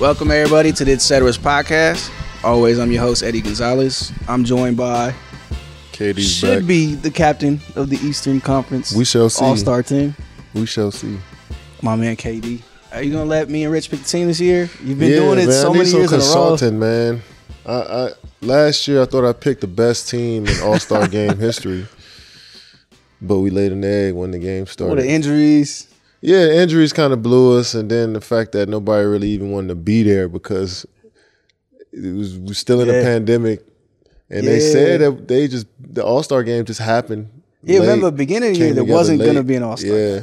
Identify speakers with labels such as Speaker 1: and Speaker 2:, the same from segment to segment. Speaker 1: Welcome everybody to the Etcetera's podcast. Always, I'm your host Eddie Gonzalez. I'm joined by
Speaker 2: KD's
Speaker 1: should
Speaker 2: back.
Speaker 1: be the captain of the Eastern Conference.
Speaker 2: We shall see.
Speaker 1: All Star team.
Speaker 2: We shall see.
Speaker 1: My man KD. Are you gonna let me and Rich pick the team this year? You've been
Speaker 2: yeah,
Speaker 1: doing it
Speaker 2: man,
Speaker 1: so
Speaker 2: I need
Speaker 1: many
Speaker 2: some
Speaker 1: years in a row.
Speaker 2: consultant, man. I, I last year I thought I picked the best team in All Star game history, but we laid an egg when the game
Speaker 1: All
Speaker 2: started.
Speaker 1: the injuries.
Speaker 2: yeah, injuries kind of blew us, and then the fact that nobody really even wanted to be there because it was we still in
Speaker 1: Yeah.
Speaker 2: a pandemic, and they
Speaker 1: Yeah.
Speaker 2: said that they just the All Star game just happened.
Speaker 1: Yeah,
Speaker 2: late,
Speaker 1: remember beginning of the
Speaker 2: came
Speaker 1: year there
Speaker 2: together
Speaker 1: wasn't gonna
Speaker 2: late.
Speaker 1: be an All Star.
Speaker 2: Yeah.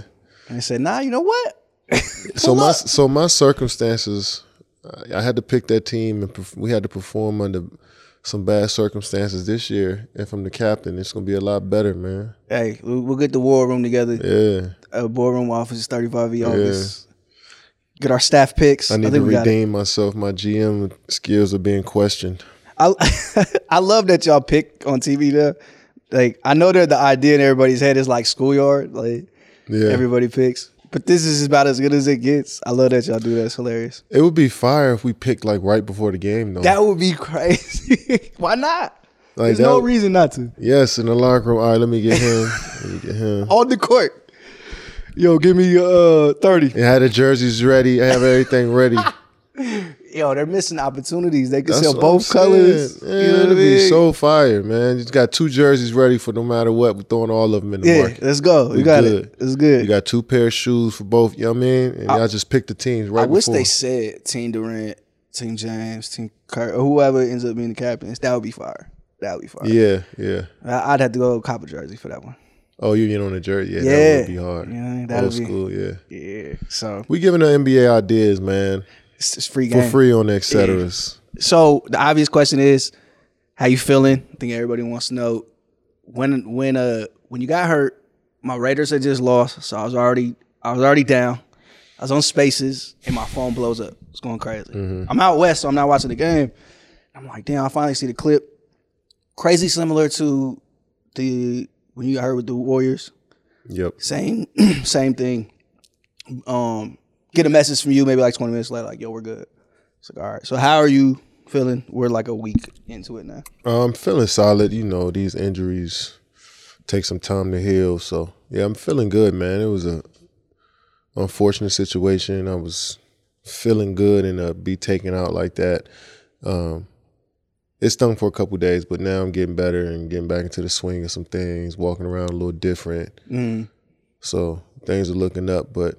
Speaker 1: And I said, Nah, you know what?
Speaker 2: so my so my circumstances, uh, I- I had to pick that team, and perf- we had to perform under some bad circumstances this year. And from the captain, it's gonna be a lot better, man.
Speaker 1: Hey, we- we'll get the war room together.
Speaker 2: Yeah,
Speaker 1: Uh, boardroom office, 35 E office. Get our staff picks.
Speaker 2: I need to
Speaker 1: think we got it.
Speaker 2: redeem myself. My GM skills are being questioned.
Speaker 1: I I love that y'all pick on TV though. Like I know that the idea in everybody's head is like schoolyard, like
Speaker 2: Yeah,
Speaker 1: everybody picks. But this is about as good as it gets. I love that y'all do that. It's hilarious.
Speaker 2: it would be fire if we picked like right before the game, though.
Speaker 1: That would be crazy. Why not?
Speaker 2: like
Speaker 1: There's no
Speaker 2: that-
Speaker 1: reason not to.
Speaker 2: Yes, in the locker room. All right, let me get him. let me get him.
Speaker 1: On the court. Yo, give me uh 30.
Speaker 2: I had the jerseys ready. I have everything ready.
Speaker 1: Yo, they're missing opportunities. They can sell
Speaker 2: what I'm
Speaker 1: both colors.
Speaker 2: saying.
Speaker 1: You
Speaker 2: Yeah,
Speaker 1: know what I
Speaker 2: it'd be
Speaker 1: mean?
Speaker 2: so fire, man. You just got two jerseys ready for no matter what. We're throwing all of them in the
Speaker 1: yeah,
Speaker 2: market.
Speaker 1: let's go. We got
Speaker 2: good.
Speaker 1: it. It's good.
Speaker 2: You got two pair of shoes for both, you know what I mean? And I, y'all just picked the teams right
Speaker 1: I wish
Speaker 2: before.
Speaker 1: they said Team Durant, Team James, Team Kurt, or whoever ends up being the captains. That would be fire. That would be fire.
Speaker 2: yeah, yeah.
Speaker 1: I- I'd have to go copper jersey for that one.
Speaker 2: Oh, you get on the jersey. Yeah, that
Speaker 1: Yeah.
Speaker 2: would be hard.
Speaker 1: Yeah, that
Speaker 2: Old
Speaker 1: would be-
Speaker 2: school, yeah.
Speaker 1: Yeah. So
Speaker 2: We giving the NBA ideas, man,
Speaker 1: it's, it's free
Speaker 2: for
Speaker 1: game.
Speaker 2: free on the et ceteras.
Speaker 1: So the obvious question is, how you feeling? I think everybody wants to know when when uh when you got hurt. My Raiders had just lost, so I was already I was already down. I was on Spaces, and my phone blows up. It's going crazy. I'm out west, so I'm not watching the game. I'm like, damn! I finally see the clip. Crazy similar to the when you got hurt with the Warriors.
Speaker 2: Yep.
Speaker 1: Same same thing. Um, get a message from you maybe like 20 minutes later, like, yo, we're good. It's like, all right. So how are you feeling? We're like a week into it now.
Speaker 2: I'm feeling solid. You know, these injuries take some time to heal. So yeah, I'm feeling good, man. It was a unfortunate situation. I was feeling good and uh, be taken out like that. Um, it stung for a couple days, but now I'm getting better and getting back into the swing of some things. Walking around a little different,
Speaker 1: Mm.
Speaker 2: so things are looking up. But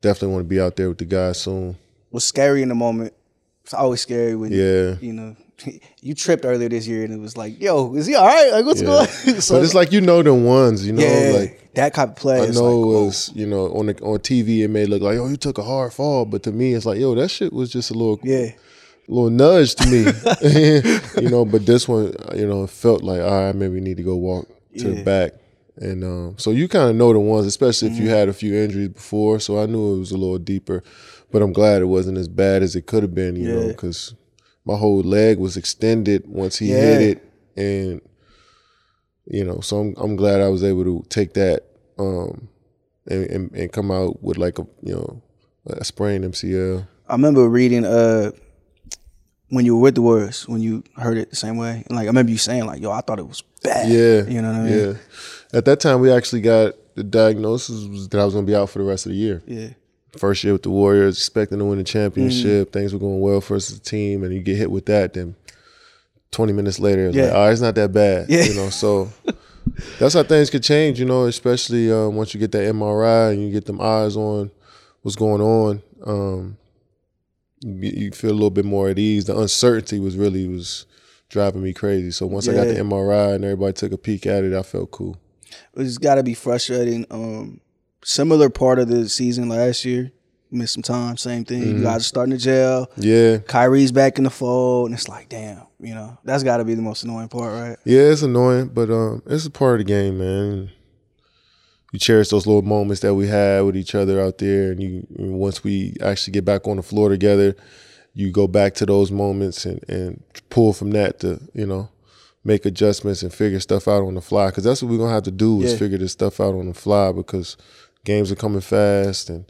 Speaker 2: definitely want to be out there with the guys soon.
Speaker 1: Was scary in the moment. It's always scary when
Speaker 2: Yeah.
Speaker 1: you know you tripped earlier this year and it was like, yo, is he all right? Like what's going on? so
Speaker 2: But it's like you know the ones, you know,
Speaker 1: yeah,
Speaker 2: like
Speaker 1: that kind of play.
Speaker 2: I
Speaker 1: is
Speaker 2: know
Speaker 1: like, oh.
Speaker 2: it
Speaker 1: whoa.
Speaker 2: was, you know, on the, on TV it may look like, oh, you took a hard fall, but to me it's like, yo, that shit was just a little
Speaker 1: yeah.
Speaker 2: little nudge to me, you know. But this one, you know, it felt like, all right, maybe need to go walk to
Speaker 1: Yeah.
Speaker 2: the back, and um, so you kind of know the ones, especially
Speaker 1: Mm-hmm.
Speaker 2: if you had a few injuries before. So I knew it was a little deeper, but I'm glad it wasn't as bad as it could have been, you know, 'cause
Speaker 1: Yeah.
Speaker 2: know, because my whole leg was extended once he
Speaker 1: Yeah.
Speaker 2: hit it, and you know, so I'm I'm glad I was able to take that um and and, and come out with like a you know a sprained MCL.
Speaker 1: I remember reading uh when you were with the Warriors, when you heard it the same way. And like I remember you saying, like, yo, I thought it was bad.
Speaker 2: Yeah.
Speaker 1: You know what I mean?
Speaker 2: Yeah. At that time, we actually got the diagnosis was that I was going to be out for the rest of the year.
Speaker 1: Yeah.
Speaker 2: First year with the Warriors, expecting to win the
Speaker 1: Mm-hmm.
Speaker 2: championship. Things were going well for us as a team, and you get hit with that. Then 20 minutes later, it's
Speaker 1: Yeah.
Speaker 2: like, all right, it's not that bad.
Speaker 1: Yeah.
Speaker 2: You know, so that's how things could change, you know, especially um, once you get that MRI and you get them eyes on what's going on. Um, you, you feel a little bit more at ease. The uncertainty was really was driving me crazy. So once I got
Speaker 1: Yeah.
Speaker 2: the MRI and everybody took a peek at it, I felt cool.
Speaker 1: It's got to be frustrating. Um, similar part of the season last year, missed some time, same thing. You guys are starting to jail.
Speaker 2: Yeah,
Speaker 1: Kyrie's back in the fold, and it's like, damn, you know, that's got to be the most annoying part, right?
Speaker 2: yeah, it's annoying, but um, it's a part of the game, man. You cherish those little moments that we had with each other out there, and you and once we actually get back on the floor together, you go back to those moments and and pull from that to you know make adjustments and figure stuff out on the fly because that's what we're gonna have to do is
Speaker 1: Yeah.
Speaker 2: figure this stuff out on the fly because games are coming fast and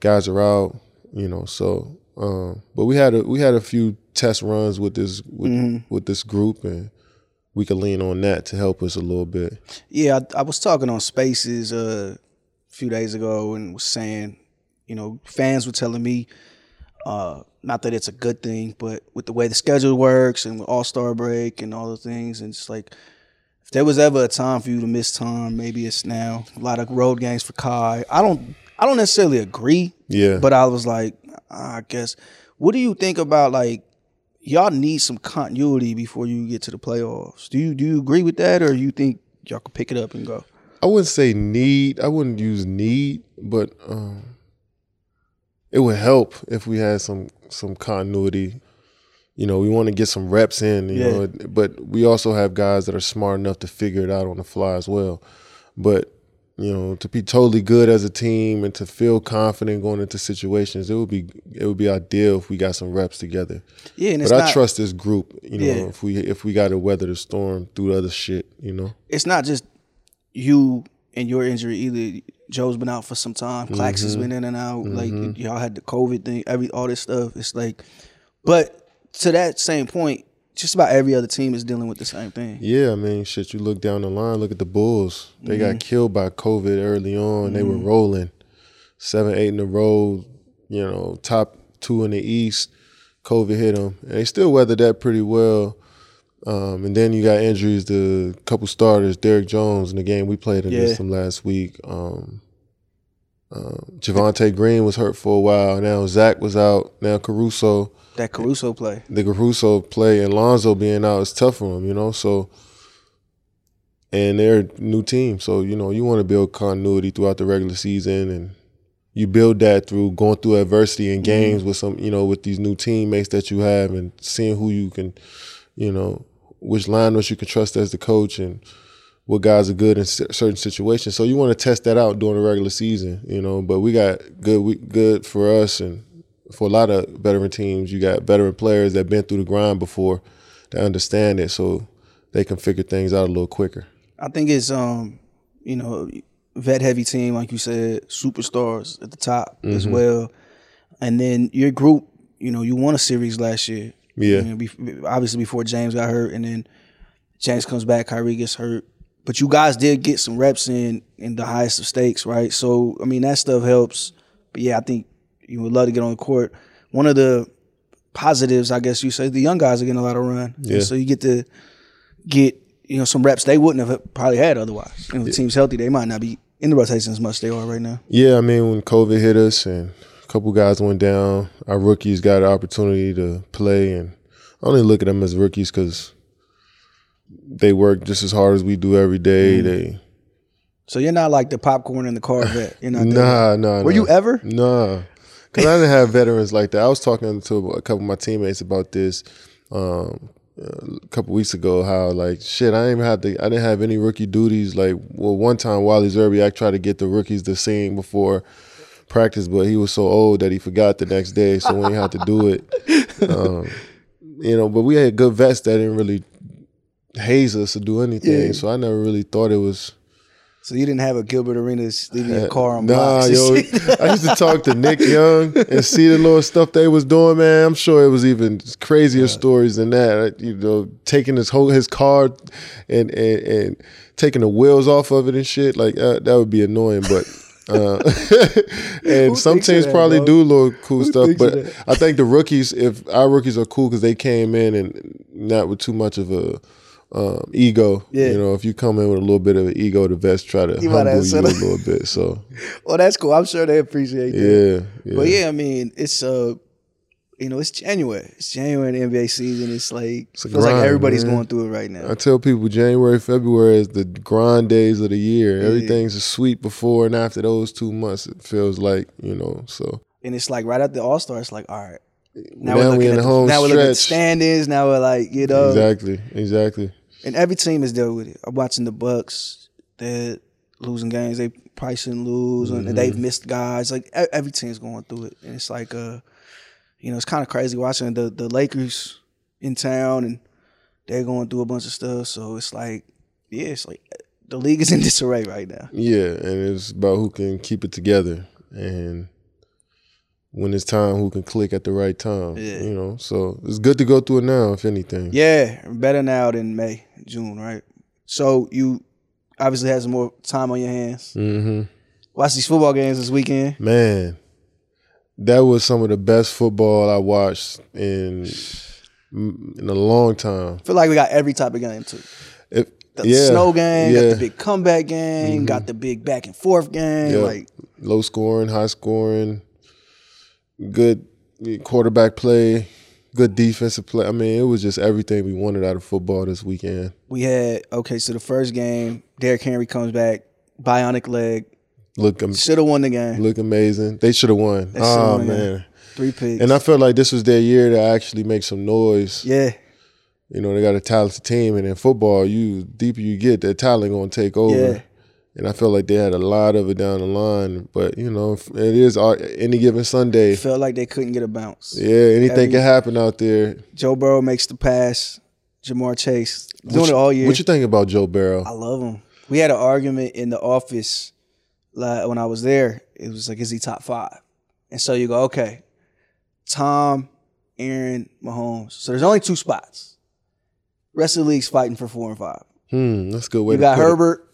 Speaker 2: guys are out, you know, so Um, but we had a we had a few test runs with this with, with this group, and we could lean on that to help us a little bit.
Speaker 1: Yeah, I, I was talking on Spaces uh, a few days ago and was saying, you know, fans were telling me, uh, not that it's a good thing, but with the way the schedule works and with All Star break and all the things, and it's like, if there was ever a time for you to miss time, maybe it's now. A lot of road games for Kai. I don't, I don't necessarily agree,
Speaker 2: Yeah,
Speaker 1: but I was like, I guess. What do you think about like? Y'all need some continuity before you get to the playoffs. Do you do you agree with that, or you think y'all can pick it up and go?
Speaker 2: I wouldn't say need. I wouldn't use need, but um, it would help if we had some some continuity. You know, we want to get some reps in. You
Speaker 1: Yeah.
Speaker 2: know, but we also have guys that are smart enough to figure it out on the fly as well. But you know, to be totally good as a team and to feel confident going into situations, it would be it would be ideal if we got some reps together.
Speaker 1: Yeah, and it's
Speaker 2: But I
Speaker 1: not
Speaker 2: trust this group. You know,
Speaker 1: Yeah.
Speaker 2: if we if we got to weather the storm through the other shit, you know.
Speaker 1: it's not just you and your injury either. Joe's been out for some time. Clax
Speaker 2: Mm-hmm.
Speaker 1: has been in and out. Like y'all had the COVID thing, every all this stuff. It's like, but to that same point, just about every other team is dealing with the same thing.
Speaker 2: Yeah, I mean, shit. You look down the line. Look at the Bulls. They got killed by COVID early on. They were rolling seven, eight in a row. You know, top two in the East. COVID hit them, and they still weathered that pretty well. Um, and then you got injuries to a couple starters. Derek Jones in the game we played against
Speaker 1: Yeah.
Speaker 2: him last week. Um, uh, Javante Green was hurt for a while. Now Zach was out. Now Caruso
Speaker 1: That Caruso play.
Speaker 2: the Caruso play and Lonzo being out is tough for them, you know. So, and they're a new team, so you know you want to build continuity throughout the regular season, and you build that through going through adversity in games with some, you know, with these new teammates that you have, and seeing who you can, you know, which liners you can trust as the coach, and what guys are good in cer- certain situations. So you want to test that out during the regular season, you know. But we got good, we, good for us, and for a lot of veteran teams, you got veteran players that been through the grind before that understand it, so they can figure things out a little quicker.
Speaker 1: I think it's um, you know, vet heavy team like you said, superstars at the top as well, and then your group. You know, you won a series last year.
Speaker 2: Yeah.
Speaker 1: I mean, bef- obviously before James got hurt, and then James comes back, Kyrie gets hurt. But you guys did get some reps in in the highest of stakes, right? So I mean that stuff helps. But yeah, I think you would love to get on the court. One of the positives, I guess you say, the young guys are getting a lot of run. Yeah. So you get to get you know some reps they wouldn't have probably had otherwise. You know, the team's healthy, they might not be in the rotation as much as they are right now.
Speaker 2: Yeah, I mean, when COVID hit us and a couple guys went down, our rookies got an opportunity to play, and I only look at them as rookies because they work just as hard as we do every day. They
Speaker 1: Mm-hmm. So you're not like the popcorn in the car vet. You're not. there.
Speaker 2: nah, nah.
Speaker 1: Were you ever?
Speaker 2: Nah, because I didn't have veterans like that. I was talking to a couple of my teammates about this um, a couple weeks ago. How like shit, I didn't even have to. I didn't have any rookie duties. Like, well, one time Wally Zerbiak tried to get the rookies to sing before practice, but he was so old that he forgot the next day. So when he had to do it, um, you know. But we had good vets that didn't really haze us to do anything. So I never really thought it was.
Speaker 1: So you didn't have a Gilbert Arenas leaving your car on
Speaker 2: Nah,
Speaker 1: blocks.
Speaker 2: yo, I used to talk to Nick Young and see the little stuff they was doing, man. I'm sure it was even crazier stories than that. You know, taking his whole his car and and, and taking the wheels off of it and shit. Like uh, that would be annoying, but. Uh, and some
Speaker 1: thinks of
Speaker 2: teams
Speaker 1: that,
Speaker 2: probably
Speaker 1: bro?
Speaker 2: do little cool stuff,
Speaker 1: thinks of
Speaker 2: but
Speaker 1: that?
Speaker 2: I think the rookies, if our rookies are cool because they came in and not with too much of a um, ego.
Speaker 1: Yeah.
Speaker 2: You know, if you come in with a little bit of an ego, the vets try to
Speaker 1: You might
Speaker 2: humble
Speaker 1: have
Speaker 2: you a
Speaker 1: said that.
Speaker 2: little bit. So
Speaker 1: oh, that's cool. I'm sure they appreciate that.
Speaker 2: yeah, yeah.
Speaker 1: But yeah, I mean, it's uh, you know, it's January. It's January in the NBA season. It's like
Speaker 2: a
Speaker 1: feels like
Speaker 2: grind,
Speaker 1: everybody's
Speaker 2: man.
Speaker 1: going through it right now.
Speaker 2: I tell people January, February is the grind days of the year. Everything's a sweet before and after those two months. It feels like you know. So
Speaker 1: And it's like right after All Star, it's like all right. Now
Speaker 2: Now we
Speaker 1: we're looking
Speaker 2: in
Speaker 1: at
Speaker 2: the home
Speaker 1: now we're looking at the
Speaker 2: stretch.
Speaker 1: standings. Now we're like you know,
Speaker 2: exactly, exactly.
Speaker 1: and every team is dealing with it. I'm watching the Bucks. They're losing games. They probably shouldn't lose, and they've missed guys. Like e- every team's going through it, and it's like uh, you know, it's kind of crazy watching the the Lakers in town, and they're going through a bunch of stuff. So it's like, yeah, it's like the league is in disarray right now.
Speaker 2: Yeah, and it's about who can keep it together. And when it's time, who can click at the right time.
Speaker 1: Yeah.
Speaker 2: You know, so it's good to go through it now, if anything.
Speaker 1: Yeah, better now than May, June, right? So you obviously had some more time on your hands.
Speaker 2: hmm
Speaker 1: Watch these football games this weekend.
Speaker 2: Man, that was some of the best football I watched in in a long time.
Speaker 1: feel like we got every type of game too.
Speaker 2: If,
Speaker 1: The
Speaker 2: yeah,
Speaker 1: snow game, got
Speaker 2: yeah. Mm-hmm.
Speaker 1: the big comeback game, got the big back and forth game.
Speaker 2: Yeah.
Speaker 1: Like
Speaker 2: low scoring, high scoring, good quarterback play, good defensive play. I mean, it was just everything we wanted out of football this weekend.
Speaker 1: we had okay, so the first game, Derrick Henry comes back, bionic leg,
Speaker 2: Look, am-
Speaker 1: should have won the game,
Speaker 2: look amazing. They should have won.
Speaker 1: should have
Speaker 2: Oh
Speaker 1: won, yeah.
Speaker 2: man.
Speaker 1: three picks.
Speaker 2: And I felt like this was their year to actually make some noise.
Speaker 1: yeah,
Speaker 2: You know, they got a talented team, and in football, you deeper you get, that talent gonna take over.
Speaker 1: Yeah.
Speaker 2: And I felt like they had a lot of it down the line, but you know, it is all- any given Sunday.
Speaker 1: felt like they couldn't get a bounce.
Speaker 2: Yeah, anything
Speaker 1: Every-
Speaker 2: can happen out there.
Speaker 1: Joe Burrow makes the pass. Jamar Chase doing
Speaker 2: What
Speaker 1: it
Speaker 2: you-
Speaker 1: all year.
Speaker 2: What you think about Joe Barrow?
Speaker 1: I love him. We had an argument in the office like, when I was there. It was like, is he top five? And so you go, okay, Tom, Aaron, Mahomes. So there's only two spots. Rest of the league's fighting for four and five.
Speaker 2: Hmm, that's a good way.
Speaker 1: you
Speaker 2: to
Speaker 1: got
Speaker 2: put it.
Speaker 1: Herbert,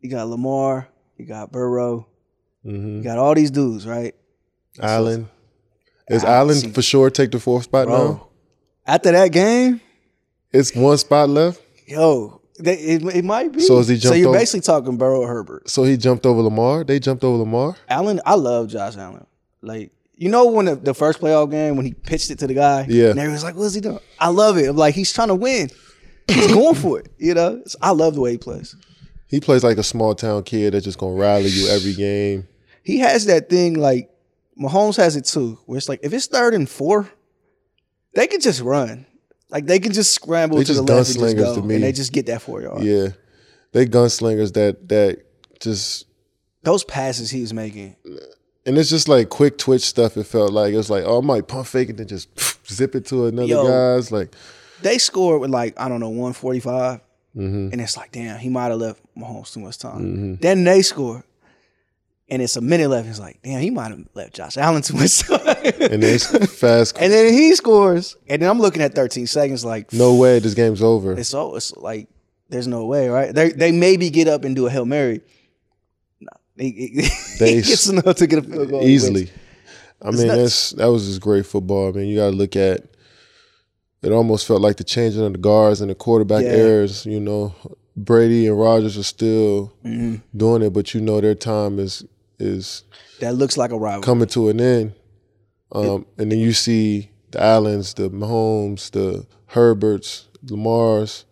Speaker 1: you got Lamar, you got Burrow,
Speaker 2: Mhm.
Speaker 1: you got all these dudes, right?
Speaker 2: Allen. Is
Speaker 1: I
Speaker 2: Allen
Speaker 1: see-
Speaker 2: for sure take the fourth spot
Speaker 1: Bro.
Speaker 2: now?
Speaker 1: After that game,
Speaker 2: It's one spot left,
Speaker 1: yo, they, it, it might be.
Speaker 2: So is he
Speaker 1: So
Speaker 2: jumped
Speaker 1: you're
Speaker 2: over?
Speaker 1: basically talking Burrow or Herbert.
Speaker 2: so he jumped over Lamar. They jumped over Lamar.
Speaker 1: Allen, I love Josh Allen. Like, you know when the, the first playoff game when he pitched it to the guy,
Speaker 2: Yeah.
Speaker 1: and everyone was like, "What is he doing?" I love it. I'm like, he's trying to win. He's going for it. You know, So I love the way he plays.
Speaker 2: He plays like a small town kid that's just gonna rally you every game.
Speaker 1: He has that thing like Mahomes has it too, where it's like if it's third and four, they can just run. Like they can just scramble
Speaker 2: They
Speaker 1: to
Speaker 2: just
Speaker 1: the left and just
Speaker 2: gunslingers
Speaker 1: go,
Speaker 2: to me.
Speaker 1: and they just get that four yard.
Speaker 2: Yeah, they gunslingers that that just
Speaker 1: Those passes he was making,
Speaker 2: and it's just like quick twitch stuff. It felt like it was like oh, I might pump fake and then just zip it to another
Speaker 1: Yo.
Speaker 2: guy's like
Speaker 1: they scored with like I don't know one forty five.
Speaker 2: mhm.
Speaker 1: And it's like, damn, he might have left Mahomes too much time.
Speaker 2: Mm-hmm.
Speaker 1: Then they score. And it's a minute left. It's like, damn, he might have left Josh Allen too much time.
Speaker 2: and it's fast.
Speaker 1: and then he scores. And then I'm looking at 13 seconds, like,
Speaker 2: no way, this game's over.
Speaker 1: it's all it's like there's no way, right? They they maybe get up and do a Hail Mary. No. He, he-
Speaker 2: They
Speaker 1: he gets enough to get a field goal.
Speaker 2: easily. I
Speaker 1: It's
Speaker 2: mean,
Speaker 1: nuts.
Speaker 2: that's that was just great football. I mean, you got to look at it. Almost felt like the changing of the guards and the quarterback
Speaker 1: Yeah.
Speaker 2: errors. You know, Brady and Rogers are still
Speaker 1: Mhm.
Speaker 2: doing it, but you know their time is is
Speaker 1: That looks like a rival.
Speaker 2: coming to an end. Um, and then you see the Allens, the Mahomes, the Herberts, Lamars.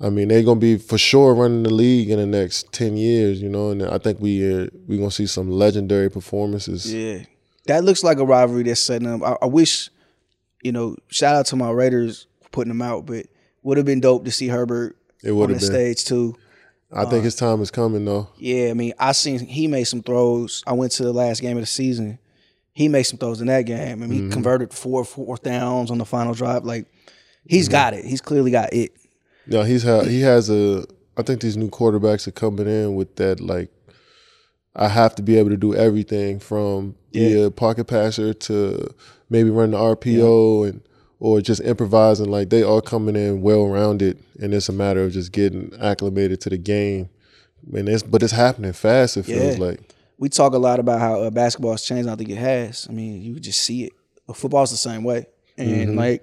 Speaker 2: I mean, they're gonna be for sure running the league in the next ten years. You know, and I think we uh, we gonna see some legendary performances.
Speaker 1: Yeah. That looks like a rivalry that's setting up. I, I wish, you know, shout out to my Raiders for putting them out, but would have been dope to see Herbert
Speaker 2: It
Speaker 1: on
Speaker 2: would
Speaker 1: the uh,
Speaker 2: have been.
Speaker 1: stage too.
Speaker 2: I think his time is coming though.
Speaker 1: Yeah, I mean, I seen he made some throws. I went to the last game of the season. He made some throws in that game. I mean,
Speaker 2: Mm-hmm.
Speaker 1: he converted four fourth downs on the final drive. Like, he's
Speaker 2: Mm-hmm.
Speaker 1: got it. He's clearly got it.
Speaker 2: No, he's ha- he has a. I think these new quarterbacks are coming in with that like, I have to be able to do everything from be
Speaker 1: Yeah.
Speaker 2: a pocket passer to maybe run the RPO and or just improvising. Like they all coming in well rounded, and it's a matter of just getting acclimated to the game. And it's but it's happening fast. It feels
Speaker 1: Yeah.
Speaker 2: like
Speaker 1: We talk a lot about how uh, basketball's changed. I think it has. I mean, you could just see it. But football's the same way, and like,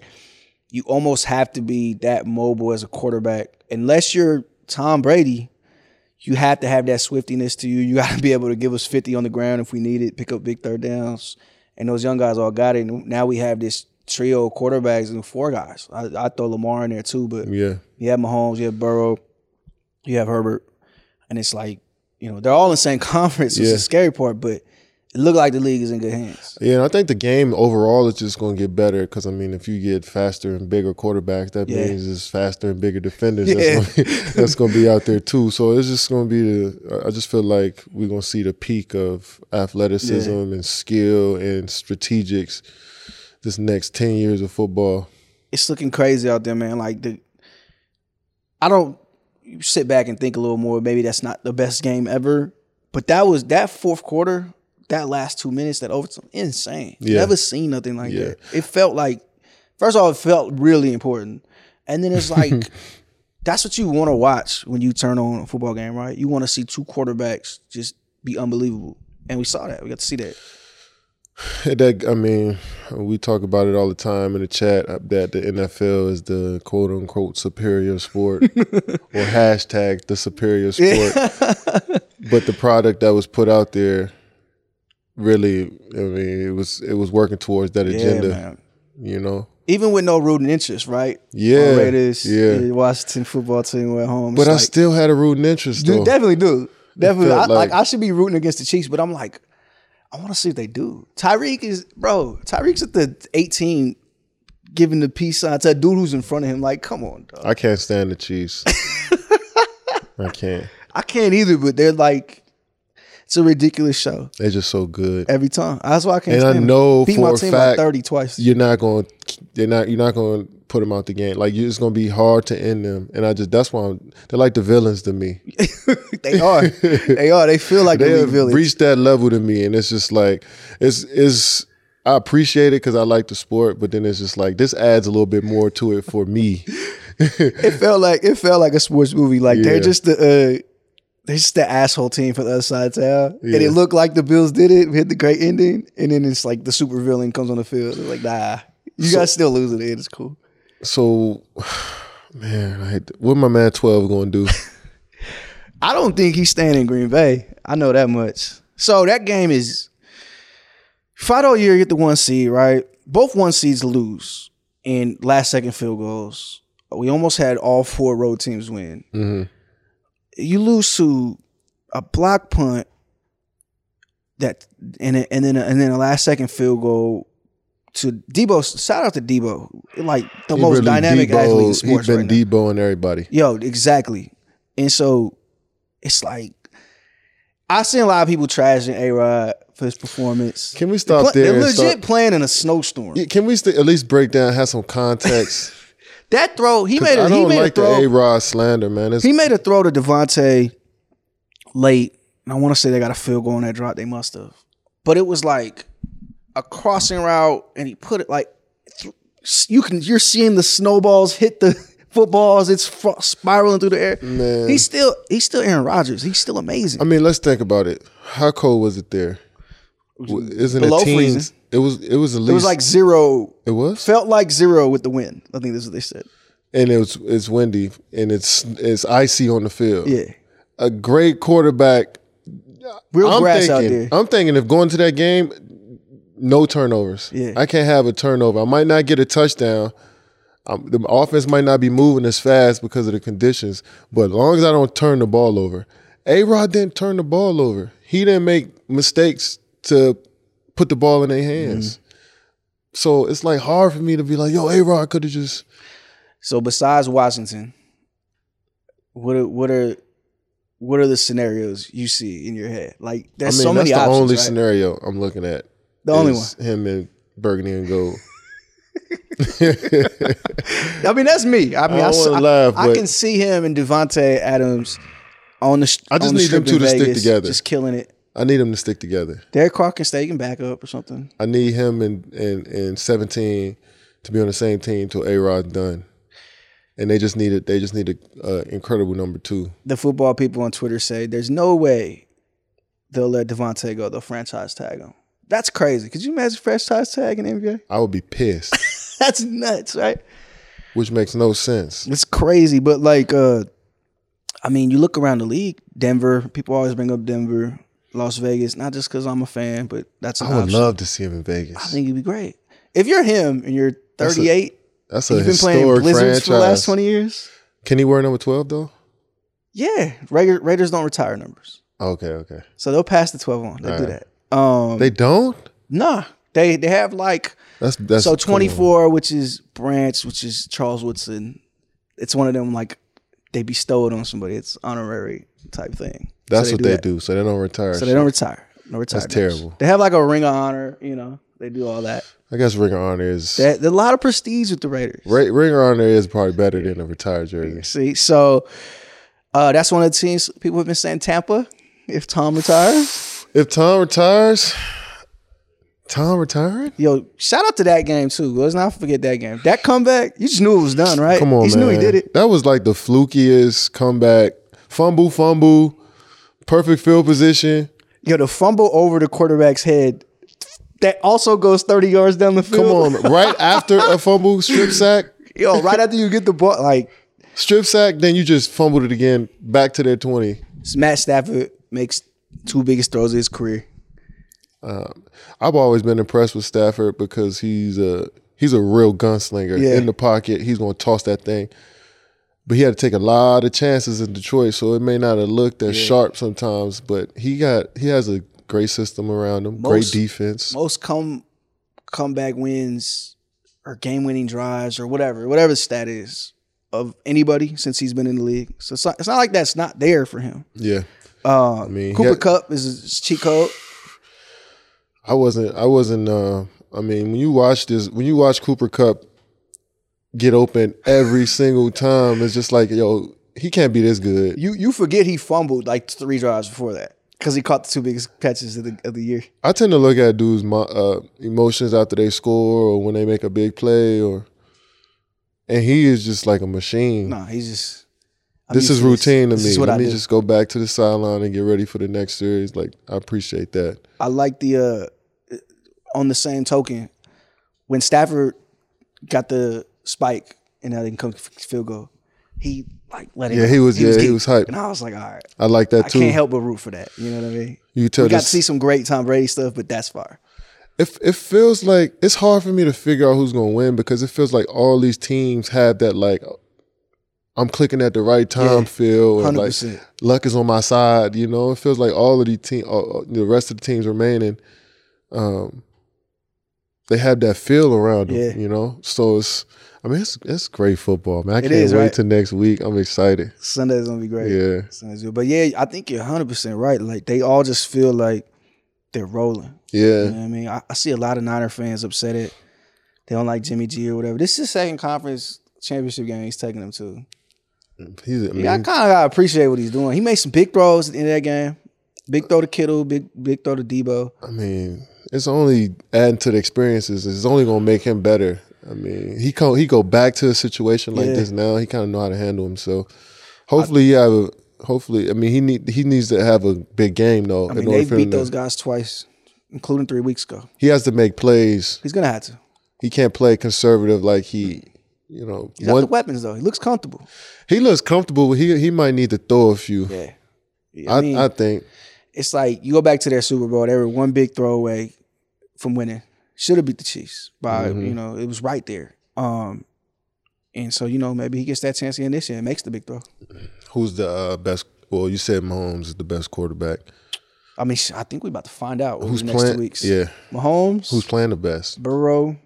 Speaker 1: you almost have to be that mobile as a quarterback. Unless you're Tom Brady, you have to have that swiftiness to you. You got to be able to give us 50 on the ground if we need it, pick up big third downs. And those young guys all got it. And now we have this trio of quarterbacks and four guys. I, I throw Lamar in there too, but
Speaker 2: yeah,
Speaker 1: you have Mahomes, you have Burrow, you have Herbert. And it's like, you know, they're all in the same conference. It's
Speaker 2: Yeah.
Speaker 1: the scary part, but it looked like the league is in good hands.
Speaker 2: yeah. And I think the game overall is just going to get better because I mean, if you get faster and bigger quarterbacks, that
Speaker 1: Yeah.
Speaker 2: means it's faster and bigger defenders.
Speaker 1: Yeah.
Speaker 2: That's, gonna be, that's gonna be out there too. So it's just gonna be. The, I just feel like we're gonna see the peak of athleticism and skill and strategics this next ten years of football.
Speaker 1: it's looking crazy out there, man. Like the, I don't you sit back and think a little more. Maybe that's not the best game ever, but that was that fourth quarter. that last two minutes, that overtime, insane.
Speaker 2: Yeah.
Speaker 1: Never seen nothing like
Speaker 2: Yeah.
Speaker 1: that. It felt like, first of all, it felt really important, and then it's like. That's what you want to watch when you turn on a football game, right? You want to see two quarterbacks just be unbelievable, and we saw that. We got to see that.
Speaker 2: That I mean, we talk about it all the time in the chat uh, that the NFL is the quote unquote superior sport or hashtag the superior sport. but the product that was put out there really, I mean, it was it was working towards that agenda. You know,
Speaker 1: Even with no rooting interest, right?
Speaker 2: yeah,
Speaker 1: On Raiders,
Speaker 2: yeah.
Speaker 1: the Washington football team at home.
Speaker 2: But
Speaker 1: It's
Speaker 2: I
Speaker 1: like,
Speaker 2: still had a rooting interest
Speaker 1: you
Speaker 2: though.
Speaker 1: definitely do. Definitely, I,
Speaker 2: felt
Speaker 1: like,
Speaker 2: like-
Speaker 1: I should be rooting against the Chiefs, but I'm like, I want to see if they do. Tyreek is bro. Tyreek's at the 18, giving the peace sign to a dude who's in front of him. Like, come on, dog.
Speaker 2: I can't stand the Chiefs. I can't.
Speaker 1: I can't either. But they're like, it's a ridiculous show
Speaker 2: They're just so good.
Speaker 1: every time. That's why I can't.
Speaker 2: And I
Speaker 1: stand it.
Speaker 2: know
Speaker 1: beat
Speaker 2: for
Speaker 1: my
Speaker 2: a
Speaker 1: team
Speaker 2: fact
Speaker 1: by 30 twice.
Speaker 2: you're not going to they're not you're not going to put them out the game. Like you it's going to be hard to end them. And I just that's why I'm, they're like the villains to me.
Speaker 1: they are. They are. They feel like
Speaker 2: They
Speaker 1: they
Speaker 2: have
Speaker 1: villains.
Speaker 2: reached that level to me and it's just like it's it's I appreciate it cuz I like the sport, but then it's just like this adds a little bit more to it for me.
Speaker 1: it felt like it felt like a sports movie. Like
Speaker 2: Yeah.
Speaker 1: they're just the uh, they're just the asshole team for the other side of town. And
Speaker 2: Yeah.
Speaker 1: it looked like the Bills did it, hit the great ending, and then it's like the super villain comes on the field. It's like, nah, you guys still lose at the end. It's cool.
Speaker 2: So man, I hate to, what my man 12 going to do?
Speaker 1: I don't think he's staying in Green Bay. I know that much. So that game is if I don't year get the one seed, right? Both one seeds lose in last second field goals. We almost had all four road teams win.
Speaker 2: Mhm.
Speaker 1: you lose to a block punt that and a, and then a, and then a last second field goal to Debo. Shout out to Debo, like the
Speaker 2: He
Speaker 1: most
Speaker 2: really
Speaker 1: dynamic
Speaker 2: Debo-
Speaker 1: athlete in
Speaker 2: he
Speaker 1: sports
Speaker 2: been
Speaker 1: right now.
Speaker 2: Deboing everybody.
Speaker 1: Yo, exactly. And so it's like I seen a lot of people trashing A Rod for his performance.
Speaker 2: Can we stop
Speaker 1: Pla-
Speaker 2: there?
Speaker 1: They're
Speaker 2: and
Speaker 1: legit
Speaker 2: start-
Speaker 1: playing in a snowstorm.
Speaker 2: Yeah, Can we st- at least break down, have some context?
Speaker 1: That throw, he made
Speaker 2: I
Speaker 1: a, he
Speaker 2: don't
Speaker 1: made
Speaker 2: like
Speaker 1: a throw.
Speaker 2: the A Rod slander, man. It's,
Speaker 1: He made a throw to Devontae late, and I want to say they got a field goal on that drop. They must have, but it was like a crossing route, and he put it like th- you can. You're seeing the snowballs hit the footballs. It's fro- spiraling through the air.
Speaker 2: Man.
Speaker 1: He's still he's still Aaron Rodgers. He's still amazing.
Speaker 2: I mean, let's think about it. How cold was it there? W- Isn't
Speaker 1: Below
Speaker 2: it teens?
Speaker 1: freezing.
Speaker 2: It was. It was at least.
Speaker 1: it was like zero.
Speaker 2: it was,
Speaker 1: Felt like zero with the win. I think that's what they said.
Speaker 2: and it was. It's windy, and it's it's icy on the field.
Speaker 1: Yeah,
Speaker 2: A great quarterback.
Speaker 1: real
Speaker 2: I'm
Speaker 1: grass out
Speaker 2: thinking.
Speaker 1: there.
Speaker 2: I'm thinking if going to that game, no turnovers.
Speaker 1: Yeah.
Speaker 2: I can't have a turnover. I might not get a touchdown. Um, the offense might not be moving as fast because of the conditions, but as long as I don't turn the ball over, A Rod didn't turn the ball over. He didn't make mistakes to put the ball in their
Speaker 1: Mm-hmm.
Speaker 2: hands. So it's like hard for me to be like, yo, A Rod could have just.
Speaker 1: So besides Washington, what are, what are what are the scenarios you see in your head? Like
Speaker 2: I
Speaker 1: there's
Speaker 2: mean,
Speaker 1: so
Speaker 2: that's
Speaker 1: many
Speaker 2: the
Speaker 1: options.
Speaker 2: only
Speaker 1: right?
Speaker 2: scenario I'm looking at.
Speaker 1: the only one.
Speaker 2: is Him and Burgundy and Gold.
Speaker 1: I mean, that's me. I mean, I,
Speaker 2: don't
Speaker 1: s-
Speaker 2: wanna
Speaker 1: I-
Speaker 2: laugh,
Speaker 1: I
Speaker 2: but-
Speaker 1: can see him and Devonte Adams on the. sh-
Speaker 2: I just
Speaker 1: on the
Speaker 2: need them
Speaker 1: strip in
Speaker 2: two to stick
Speaker 1: Vegas,
Speaker 2: together.
Speaker 1: Just killing it.
Speaker 2: I need them to stick together.
Speaker 1: Derek Carr can stay, he can back up or something.
Speaker 2: I need him and and and seventeen to be on the same team till A Rod's done, and they just need it. They just need a uh, incredible number two.
Speaker 1: The football people on Twitter say there's no way they'll let Devonte go. They'll franchise tag him. That's crazy. Could you imagine franchise tag in the NBA?
Speaker 2: I would be pissed,
Speaker 1: That's nuts, right?
Speaker 2: which makes no sense.
Speaker 1: It's crazy, but like, uh I mean, you look around the league. Denver. People always bring up Denver, Las Vegas. Not just because I'm a fan, but that's an
Speaker 2: I would
Speaker 1: option.
Speaker 2: love to see him in
Speaker 1: I
Speaker 2: Vegas.
Speaker 1: think it'd be great if you're him and you're 38.
Speaker 2: That's a
Speaker 1: You've been
Speaker 2: historic
Speaker 1: playing Blizzards
Speaker 2: franchise.
Speaker 1: for the last 20 years.
Speaker 2: Can he wear number twelve though?
Speaker 1: Yeah, Raiders, Raiders don't retire numbers,
Speaker 2: Okay, okay.
Speaker 1: so they'll pass the 12 on. They do
Speaker 2: Alright.
Speaker 1: that. Um,
Speaker 2: They don't.
Speaker 1: nah, they they have like
Speaker 2: That's that's
Speaker 1: so
Speaker 2: come on.
Speaker 1: 24, which is Branch, which is Charles Woodson. It's one of them like they bestow it on somebody. It's honorary type thing. So
Speaker 2: That's what they
Speaker 1: that.
Speaker 2: do. So they don't retire.
Speaker 1: So they don't retire. No retire.
Speaker 2: That's
Speaker 1: numbers.
Speaker 2: terrible.
Speaker 1: They have like a ring of honor, you know. They do all that.
Speaker 2: I guess Ring of Honor is
Speaker 1: That there's a lot of prestige with the Raiders.
Speaker 2: Ra- Ring of Honor is probably better than a retired jersey.
Speaker 1: See, so uh, that's one of the teams people have been saying Tampa. If Tom retires,
Speaker 2: If Tom retires, Tom retiring?
Speaker 1: Yo, shout out to that game too. Let's not forget that game. That comeback, you just knew it was done, right?
Speaker 2: Come on,
Speaker 1: you just
Speaker 2: man.
Speaker 1: knew he did it.
Speaker 2: That was like the flukiest comeback. Fumble, fumble, perfect field position.
Speaker 1: Yo, the fumble over the quarterback's head that also goes 30 yards down the field.
Speaker 2: Come on, right after a fumble, strip sack,
Speaker 1: Yo, right after you get the ball, like
Speaker 2: strip sack, then you just fumbled it again back to their 20.
Speaker 1: Matt Stafford makes two biggest throws of his career.
Speaker 2: I've always been impressed with Stafford because he's a he's a real gunslinger
Speaker 1: Yeah.
Speaker 2: in the pocket. He's going to toss that thing. But he had to take a lot of chances in Detroit, so it may not have looked as sharp sometimes, but he got he has a great system around him, great
Speaker 1: Most-
Speaker 2: defense.
Speaker 1: Most come comeback wins or game winning drives or whatever, whatever the stat is of anybody since he's been in the league. So it's not, it's not like that's not there for him.
Speaker 2: yeah.
Speaker 1: Uh,
Speaker 2: mean, he
Speaker 1: Cooper
Speaker 2: had-
Speaker 1: Cup is is cheat code.
Speaker 2: I wasn't. I wasn't. Uh, I mean, when you watch this, when you watch Cooper Cup get open every single time, it's just like, yo, he can't be this good.
Speaker 1: You you forget he fumbled like three drives before that because he caught the two biggest catches of the of the year.
Speaker 2: I tend to look at dudes' mo- uh, emotions after they score or when they make a big play, or and he is just like a machine.
Speaker 1: No, he's just. I'm
Speaker 2: this
Speaker 1: used
Speaker 2: is
Speaker 1: to
Speaker 2: routine
Speaker 1: This
Speaker 2: to me.
Speaker 1: is what
Speaker 2: Let
Speaker 1: I
Speaker 2: me
Speaker 1: do.
Speaker 2: just go back to the sideline and get ready for the next series. Like, I appreciate that.
Speaker 1: I like the. uh On the same token, when Stafford got the spike and that didn't come field goal, he like let it.
Speaker 2: Yeah,
Speaker 1: go.
Speaker 2: he was- yeah, he
Speaker 1: getting-
Speaker 2: was hyped.
Speaker 1: and I was like, all right,
Speaker 2: I like that
Speaker 1: I
Speaker 2: too.
Speaker 1: can't help but root for that. You know what I mean?
Speaker 2: you can tell
Speaker 1: We got to
Speaker 2: this-
Speaker 1: see some great Tom Brady stuff, but that's far.
Speaker 2: it, it feels like it's hard for me to figure out who's going to win because it feels like all these teams have that like I'm clicking at the right time
Speaker 1: Yeah,
Speaker 2: feel or like
Speaker 1: 100%.
Speaker 2: luck is on my side, you know? It feels like all of the team all, all- the rest of the teams remaining um they have that feel around them,
Speaker 1: Yeah.
Speaker 2: you know? So it's I mean it's it's great football, man. I can't
Speaker 1: is,
Speaker 2: wait
Speaker 1: right?
Speaker 2: to next week. I'm excited.
Speaker 1: Sunday's gonna be great.
Speaker 2: Yeah.
Speaker 1: Sunday's good. But yeah, I think you're 100 percent right. Like they all just feel like they're rolling. You
Speaker 2: Yeah.
Speaker 1: know what I mean, I, I see a lot of Niner fans upset at they don't like Jimmy G or whatever. This is his second conference championship game he's taking them to.
Speaker 2: He's I mean,
Speaker 1: Yeah, I kind of gotta appreciate what he's doing. He made some big throws in that game. Big throw to Kittle, big big throw to Debo.
Speaker 2: I mean, it's only adding to the experiences. It's only gonna make him better. I mean, he co- he go back to a situation like
Speaker 1: Yeah.
Speaker 2: this now. He kind of know how to handle himself. Hopefully, he have a. Hopefully, I mean, he need he needs to have a big game though.
Speaker 1: I
Speaker 2: in
Speaker 1: mean,
Speaker 2: order
Speaker 1: they've
Speaker 2: for him
Speaker 1: beat
Speaker 2: to-
Speaker 1: those guys twice, including three weeks ago.
Speaker 2: He has to make plays.
Speaker 1: He's gonna have to.
Speaker 2: He can't play conservative like he. You know,
Speaker 1: He's got
Speaker 2: one-
Speaker 1: the weapons though. He looks comfortable.
Speaker 2: he looks comfortable. But he he might need to throw a few.
Speaker 1: Yeah.
Speaker 2: I,
Speaker 1: I mean,
Speaker 2: I think
Speaker 1: it's like you go back to their Super Bowl. They were one big throwaway from winning. Should have beat the Chiefs by
Speaker 2: Mhm.
Speaker 1: you know it was right there. Um, and so you know maybe he gets that chance again this year and makes the big throw.
Speaker 2: who's the uh, best. Well, you said Mahomes is the best quarterback.
Speaker 1: I mean, sh- I think we're about to find out over
Speaker 2: Who's
Speaker 1: the next two
Speaker 2: playing?
Speaker 1: weeks.
Speaker 2: Yeah,
Speaker 1: Mahomes,
Speaker 2: who's playing the best?
Speaker 1: Burrow,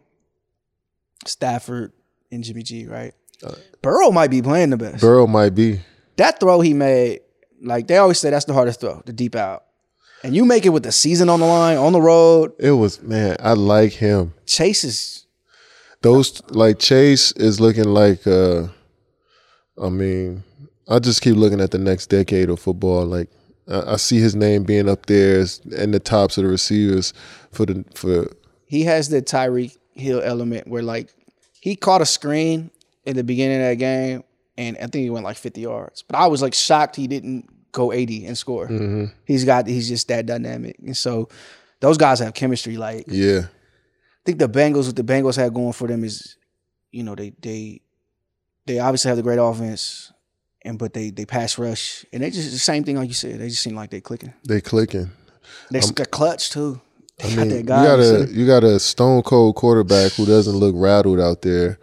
Speaker 1: Stafford, and Jimmy G. Right.
Speaker 2: Uh,
Speaker 1: Burrow might be playing the best.
Speaker 2: Burrow might be.
Speaker 1: that throw he made, like they always say, that's the hardest throw, the deep out. And you make it with the season on the line, on the road.
Speaker 2: It was man. I like him.
Speaker 1: Chases
Speaker 2: Those like Chase is looking like. uh I mean, I just keep looking at the next decade of football. Like I, I see his name being up there as- in the tops of the receivers for the for.
Speaker 1: he has the Tyreek Hill element where like he caught a screen in the beginning of that game and I think he went like 50 yards. But I was like shocked he didn't go 80 and score.
Speaker 2: Mm-hmm.
Speaker 1: He's got he's just that dynamic. And so those guys have chemistry. Like I
Speaker 2: Yeah,
Speaker 1: think the Bengals what the Bengals have going for them is, you know, they they they obviously have the great offense and but they they pass rush. And they just the same thing like you said. They just seem like they clicking.
Speaker 2: they clicking.
Speaker 1: They are clutch too. They
Speaker 2: Um, I
Speaker 1: got
Speaker 2: mean,
Speaker 1: that
Speaker 2: you
Speaker 1: guy.
Speaker 2: got
Speaker 1: that's-
Speaker 2: a you got a stone cold quarterback who doesn't look rattled out there.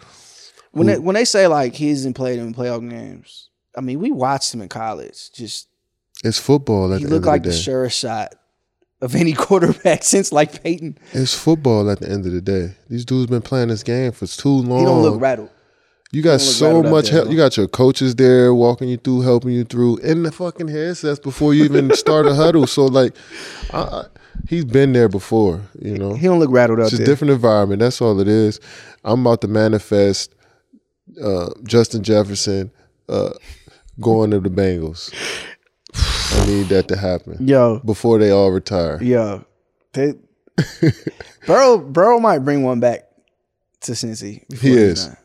Speaker 1: When they, when they say like he hasn't played in playoff games, I mean we watched him in college. Just
Speaker 2: It's football at
Speaker 1: he
Speaker 2: the end of
Speaker 1: looked
Speaker 2: the
Speaker 1: like the,
Speaker 2: day.
Speaker 1: surest shot of any quarterback since like Peyton.
Speaker 2: it's football at the end of the day. These dudes been playing this game for too long.
Speaker 1: He don't look rattled.
Speaker 2: You got
Speaker 1: don't look
Speaker 2: so
Speaker 1: rattled out
Speaker 2: much
Speaker 1: there,
Speaker 2: help.
Speaker 1: bro.
Speaker 2: You got your coaches there walking you through, helping you through in the fucking headsets before you even start a huddle. So like, I, I, he's been there before. You know,
Speaker 1: He don't look rattled out
Speaker 2: it's a
Speaker 1: there.
Speaker 2: different environment. That's all it is. I'm about to manifest uh, Justin Jefferson uh, going to the Bengals. I need that to happen
Speaker 1: Yo,
Speaker 2: before they all retire.
Speaker 1: yo, they, Burrow Burrow might bring one back to Cincy. before
Speaker 2: He
Speaker 1: he's
Speaker 2: is.
Speaker 1: done.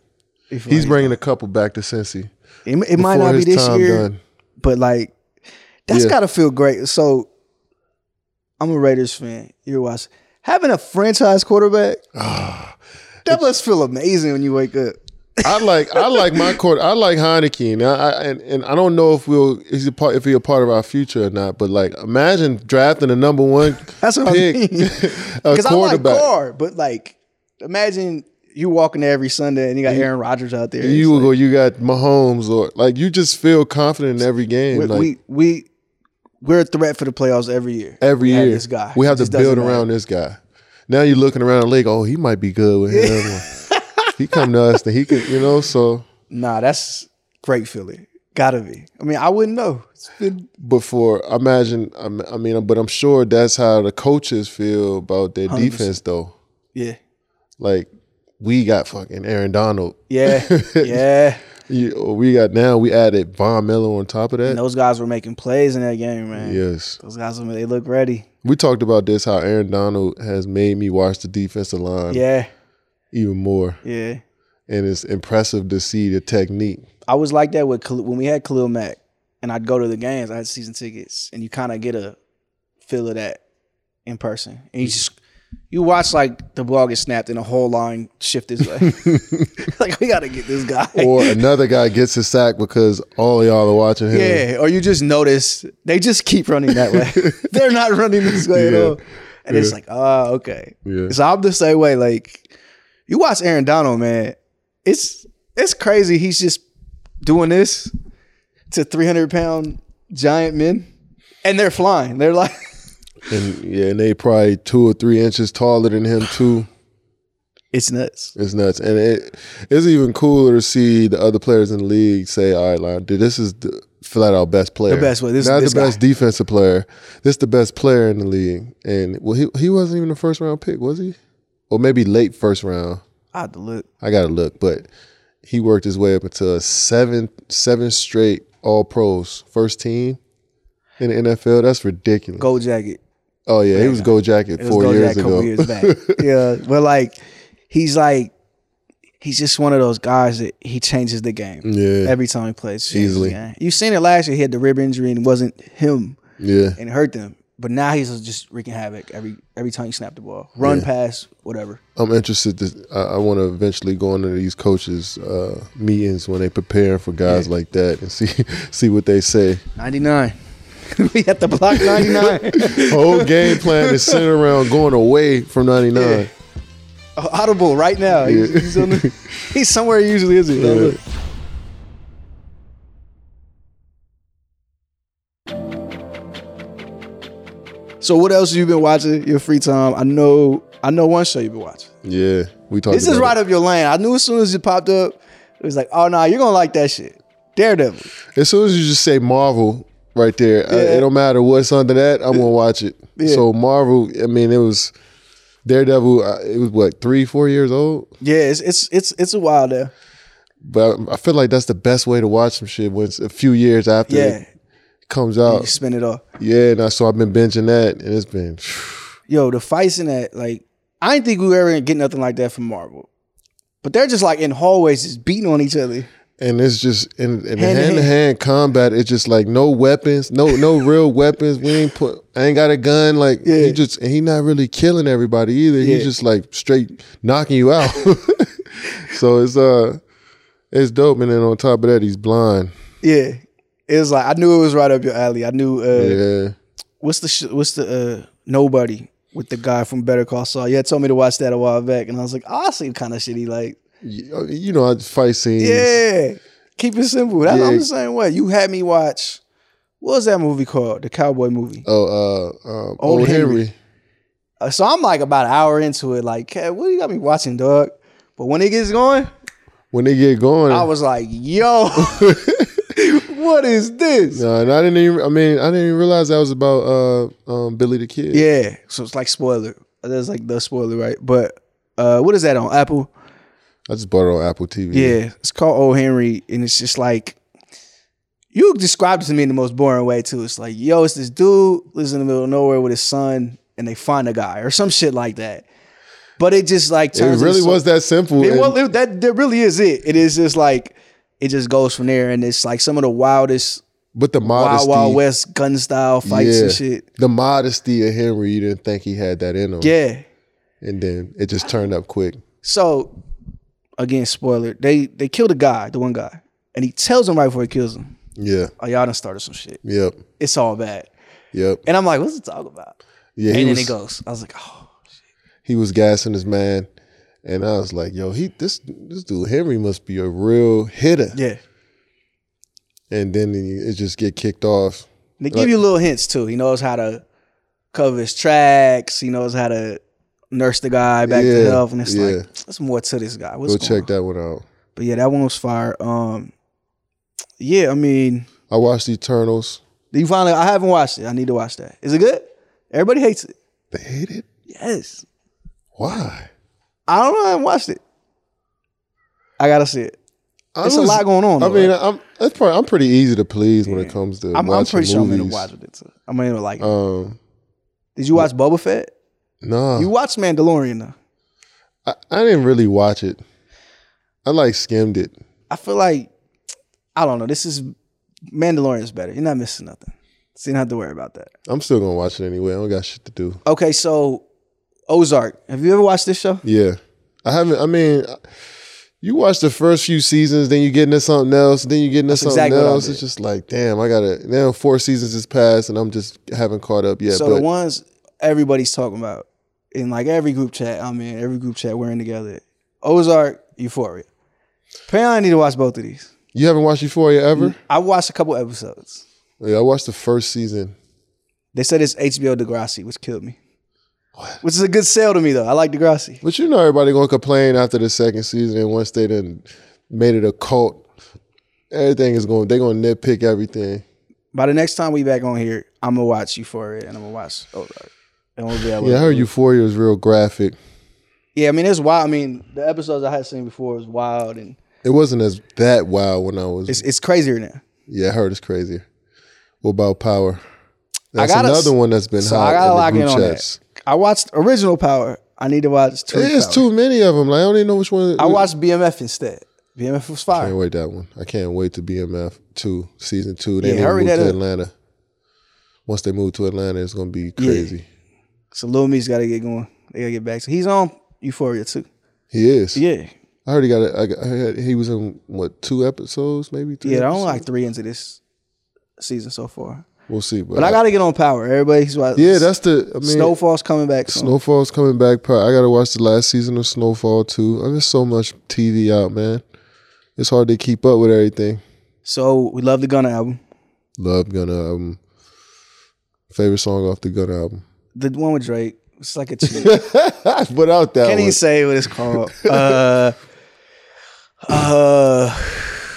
Speaker 1: Before
Speaker 2: He's bringing a couple back to Cincy.
Speaker 1: It, it might
Speaker 2: before
Speaker 1: not be
Speaker 2: his
Speaker 1: this
Speaker 2: time
Speaker 1: year,
Speaker 2: done.
Speaker 1: but like that's
Speaker 2: Yeah.
Speaker 1: gotta feel great. So I'm a Raiders fan. You're watching. Having a franchise quarterback, that must feel amazing when you wake up.
Speaker 2: I like I like my court. I like Heineke, and I, I and, and I don't know if we'll is he part if he a part of our future or not. But like, imagine drafting the number one
Speaker 1: That's what
Speaker 2: pick,
Speaker 1: I mean.
Speaker 2: a
Speaker 1: Because I like
Speaker 2: quarterback.
Speaker 1: Carr, but like, imagine you walking there every Sunday and you got Aaron Rodgers out there.
Speaker 2: you will go. You got Mahomes, or like you just feel confident in every game.
Speaker 1: we,
Speaker 2: like Eh.
Speaker 1: we we we're a threat for the playoffs every year.
Speaker 2: every
Speaker 1: We have
Speaker 2: year,
Speaker 1: this guy.
Speaker 2: we
Speaker 1: It
Speaker 2: have to
Speaker 1: just doesn't
Speaker 2: build
Speaker 1: matter.
Speaker 2: around this guy. Now you're looking around the league. Oh, he might be good with him. he come to us, then he could, you know. So
Speaker 1: Nah, that's great feeling. Gotta be. I mean, I wouldn't know. It's been-
Speaker 2: before I imagine, I'm- I mean, but I'm sure that's how the coaches feel about their defense, though.
Speaker 1: yeah,
Speaker 2: like we got fucking Aaron Donald.
Speaker 1: yeah, yeah.
Speaker 2: You- we got now we added Von Miller on top of that.
Speaker 1: And those guys were making plays in that game, man.
Speaker 2: Yes.
Speaker 1: Those guys, I mean, they look ready.
Speaker 2: We talked about this how Aaron Donald has made me watch the defensive line
Speaker 1: Yeah,
Speaker 2: even more.
Speaker 1: yeah.
Speaker 2: And it's impressive to see the technique.
Speaker 1: I was like that with Khal- when we had Khalil Mack, and I'd go to the games. I had season tickets, and you kind of get a feel of that in person. And you just you watch like the ball get snapped, and the whole line shift this way. like we got to get this guy.
Speaker 2: Or another guy gets a sack because all y'all are watching him.
Speaker 1: yeah, or you just notice they just keep running that way. They're not running this way at
Speaker 2: Yeah.
Speaker 1: all. And it's like, oh, okay.
Speaker 2: Yeah.
Speaker 1: So I'm the same way. Like you watch Aaron Donald, man. It's it's crazy. He's just doing this to 300 pound giant men, and they're flying. They're like,
Speaker 2: And yeah, and they probably two or three inches taller than him too.
Speaker 1: it's nuts.
Speaker 2: It's nuts, and it it's even cooler to see the other players in the league say, "All right, Lion, dude, this is the flat out best player,
Speaker 1: The best one. This-
Speaker 2: not
Speaker 1: this
Speaker 2: the
Speaker 1: guy."
Speaker 2: best defensive player. This the best player in the league." And well, he he wasn't even a first round pick, was he? Or maybe late first round.
Speaker 1: I had to look.
Speaker 2: I gotta look, but he worked his way up into a seven seven straight All Pros, first team in the NFL. That's ridiculous.
Speaker 1: Gold jacket.
Speaker 2: oh yeah, he was Gold Jacket
Speaker 1: It was
Speaker 2: four
Speaker 1: Gold
Speaker 2: years
Speaker 1: Jack a
Speaker 2: ago.
Speaker 1: couple years back. yeah, but like he's like he's just one of those guys that he changes the game.
Speaker 2: yeah,
Speaker 1: every time he plays. changes
Speaker 2: Easily.
Speaker 1: the game. You seen it last year. He had the rib injury and it wasn't him
Speaker 2: yeah.
Speaker 1: and it hurt them. But now he's just wreaking havoc every every time you snap the ball, run, pass, whatever.
Speaker 2: I'm interested. To, I, I want to eventually go into these coaches' uh, meetings when they prepare for guys like that and see see what they say.
Speaker 1: Ninety nine. we at the block ninety nine.
Speaker 2: Whole game plan is centered around going away from 99.
Speaker 1: Yeah. Oh, Audible right now. He's,
Speaker 2: Yeah.
Speaker 1: he's, on the, he's somewhere he usually isn't. Now
Speaker 2: Yeah.
Speaker 1: look. So what else you been watching? Your free time? I know. I know one show you've been watching.
Speaker 2: Yeah, we talked.
Speaker 1: This is
Speaker 2: about
Speaker 1: right up your lane. I knew as soon as it popped up, it was like, oh no, you're gonna like that shit. Daredevil.
Speaker 2: it. As soon as you just say Marvel right there, I-
Speaker 1: Yeah.
Speaker 2: it don't matter what's under that. I'm gonna watch it.
Speaker 1: Yeah.
Speaker 2: So Marvel, I mean, it was Daredevil. uh, It was what three, four years old.
Speaker 1: Yeah, it's it's it's it's a while there.
Speaker 2: But I, I feel like that's the best way to watch some shit when it's a few years after
Speaker 1: Yeah.
Speaker 2: it comes
Speaker 1: You
Speaker 2: out.
Speaker 1: spin it off.
Speaker 2: Yeah, and I, so I've been binging that, and it's been
Speaker 1: Yo, the fights in that, like, I didn't think we were ever gonna get nothing like that from Marvel. But they're just like in hallways, just beating on each other.
Speaker 2: and it's just in, in
Speaker 1: Hand to
Speaker 2: hand to hand combat. It's just like no weapons, no no real weapons. We ain't put, I ain't got a gun. Like
Speaker 1: Yeah.
Speaker 2: he just, and he not really killing everybody either.
Speaker 1: Yeah.
Speaker 2: He's just like straight knocking you out. so it's uh, it's dope. And then on top of that, he's blind.
Speaker 1: Yeah, it was like I knew it was right up your alley. I knew. Uh,
Speaker 2: Yeah,
Speaker 1: What's the sh- what's the uh, nobody with the guy from Better Call Saul? Yeah, told me to watch that a while back, and I was like, oh, I see the kind of shit he like.
Speaker 2: you, you know, fight scenes.
Speaker 1: Yeah. Keep it simple. That's, I'm
Speaker 2: Yeah.
Speaker 1: the same way. You had me watch what was that movie called? The cowboy movie.
Speaker 2: Oh, uh, um,
Speaker 1: Old
Speaker 2: old,
Speaker 1: Henry.
Speaker 2: Henry.
Speaker 1: Uh, So I'm like about an hour into it. Like, "Cat, what do you got me watching, dog? But when it gets going,
Speaker 2: When they get going,
Speaker 1: I was like, yo, what is this?
Speaker 2: No, and I didn't even. I mean, I didn't even realize that was about uh, um, Billy the Kid.
Speaker 1: Yeah. So it's like spoiler. That's like the spoiler, right? But uh, what is that on Apple?
Speaker 2: I just bought it on Apple TV.
Speaker 1: Yeah, it's called Old Henry, and it's just like You described it to me in the most boring way too. It's like, yo, it's this dude lives in the middle of nowhere with his son, and they find a guy or some shit like that. But it just like
Speaker 2: It
Speaker 1: turns.
Speaker 2: really
Speaker 1: into-
Speaker 2: was that simple.
Speaker 1: It,
Speaker 2: and-
Speaker 1: well, it- that that really is it. It is just like it just goes from there, and it's like some of the wildest
Speaker 2: but the modesty,
Speaker 1: Wild Wild West gun style fights and
Speaker 2: Yeah.
Speaker 1: shit.
Speaker 2: the modesty of Henry, you didn't think he had that in him,
Speaker 1: Yeah.
Speaker 2: and then it just turned up quick.
Speaker 1: So again, spoiler. They they kill the guy, the one guy, and he tells him right before he kills him,
Speaker 2: Yeah,
Speaker 1: "Oh, y'all done started some shit.
Speaker 2: yep,
Speaker 1: It's all bad."
Speaker 2: yep.
Speaker 1: And I'm like, "What's it talk about?"
Speaker 2: Yeah,
Speaker 1: and
Speaker 2: was,
Speaker 1: then it goes. I was like, "Oh."
Speaker 2: he was gassing his man, and I was like, "Yo, he this this dude Henry must be a real hitter."
Speaker 1: Yeah.
Speaker 2: And then he- it just get kicked off.
Speaker 1: They give you little hints too. He knows how to cover his tracks. He knows how to nurse the guy back to
Speaker 2: Yeah,
Speaker 1: health. And it's
Speaker 2: yeah.
Speaker 1: like, there's more to this guy. What's
Speaker 2: Go
Speaker 1: going
Speaker 2: check
Speaker 1: on?
Speaker 2: that one out.
Speaker 1: But yeah, that one was fire. Um, yeah, I mean,
Speaker 2: I watched Eternals.
Speaker 1: you finally. I haven't watched it. I need to watch that. Is it good? Everybody hates it.
Speaker 2: They hate it.
Speaker 1: Yes.
Speaker 2: Why?
Speaker 1: I don't know. I haven't watched it. I gotta see it.
Speaker 2: I
Speaker 1: It's a lot going on,
Speaker 2: I
Speaker 1: though,
Speaker 2: mean, I'm that's probably, I'm pretty easy to please when it comes to
Speaker 1: I'm, I'm
Speaker 2: watching
Speaker 1: pretty sure I'm
Speaker 2: movies.
Speaker 1: gonna watch it. Too. I'm gonna like it.
Speaker 2: Um,
Speaker 1: Did you
Speaker 2: uh,
Speaker 1: watch Boba Fett?
Speaker 2: nah,
Speaker 1: You watched Mandalorian though.
Speaker 2: I, I didn't really watch it. I like skimmed it.
Speaker 1: I feel like I don't know. This is Mandalorian's better. You're not missing nothing. So you don't have to worry about that.
Speaker 2: I'm still gonna watch it anyway. I don't got shit to do.
Speaker 1: Okay, so Ozark. Have you ever watched this show?
Speaker 2: Yeah, I haven't. I mean, you watch the first few seasons, then you get into something else, then you get into something
Speaker 1: exactly what I
Speaker 2: else.
Speaker 1: did.
Speaker 2: It's just like, damn, I gotta. Now four seasons has passed, and I'm just haven't caught up yet.
Speaker 1: so
Speaker 2: but
Speaker 1: the ones everybody's talking about in like every group chat I'm in, every group chat we're in together. Ozark, Euphoria. Apparently, I need to watch both of these.
Speaker 2: you haven't watched Euphoria ever?
Speaker 1: I watched a couple episodes.
Speaker 2: Yeah, I watched the first season.
Speaker 1: They said it's HBO Degrassi, which killed me. Which is a good sell to me though. I like Degrassi.
Speaker 2: But you know everybody gonna complain after the second season, and once they done made it a cult, everything is going. They gonna nitpick everything.
Speaker 1: By the next time we back on here, I'm gonna watch Euphoria and I'm gonna watch Ozark. And we'll be able
Speaker 2: Yeah, I
Speaker 1: to-
Speaker 2: heard Euphoria was real graphic.
Speaker 1: Yeah, I mean it's wild. I mean the episodes I had seen before was wild, and
Speaker 2: It wasn't as that wild when I was.
Speaker 1: it's it's crazier now.
Speaker 2: yeah, I heard it's crazy. What about Power? That's
Speaker 1: gotta-
Speaker 2: another one that's been
Speaker 1: So
Speaker 2: hot
Speaker 1: I
Speaker 2: in
Speaker 1: gotta
Speaker 2: the
Speaker 1: lock
Speaker 2: group
Speaker 1: in on
Speaker 2: chats.
Speaker 1: that. I watched original Power. I need to watch. True
Speaker 2: There's
Speaker 1: Power.
Speaker 2: too many of them. Like I don't even know which one.
Speaker 1: I watched BMF instead. BMF was
Speaker 2: I
Speaker 1: fire.
Speaker 2: can't wait that one. I can't wait to BMF two season two. They
Speaker 1: Yeah,
Speaker 2: yeah,
Speaker 1: hurry
Speaker 2: move
Speaker 1: that
Speaker 2: to
Speaker 1: up.
Speaker 2: Atlanta. Once they move to Atlanta, it's gonna be crazy.
Speaker 1: So Lil Me's got to get going. They gotta get back. So he's on Euphoria too.
Speaker 2: He is.
Speaker 1: Yeah,
Speaker 2: I heard he got. A, I got I heard he was in what two episodes, maybe. Three
Speaker 1: yeah. I'm
Speaker 2: episodes?
Speaker 1: like three into this season so far,
Speaker 2: We'll see, but,
Speaker 1: but I gotta get on Power. Everybody's watching.
Speaker 2: yeah, that's the. I mean,
Speaker 1: Snowfall's coming back. Soon.
Speaker 2: Oh. Snowfall's coming back. Pro- I gotta watch the last season of Snowfall too. I mean, There's so much TV out, man. It's hard to keep up with everything.
Speaker 1: So we love the Gunna album,
Speaker 2: Love Gunna album. Favorite song off the Gunna album.
Speaker 1: the one with Drake. It's like a cheat.
Speaker 2: Without that
Speaker 1: Can't
Speaker 2: one,
Speaker 1: even say what it's called. Uh, uh,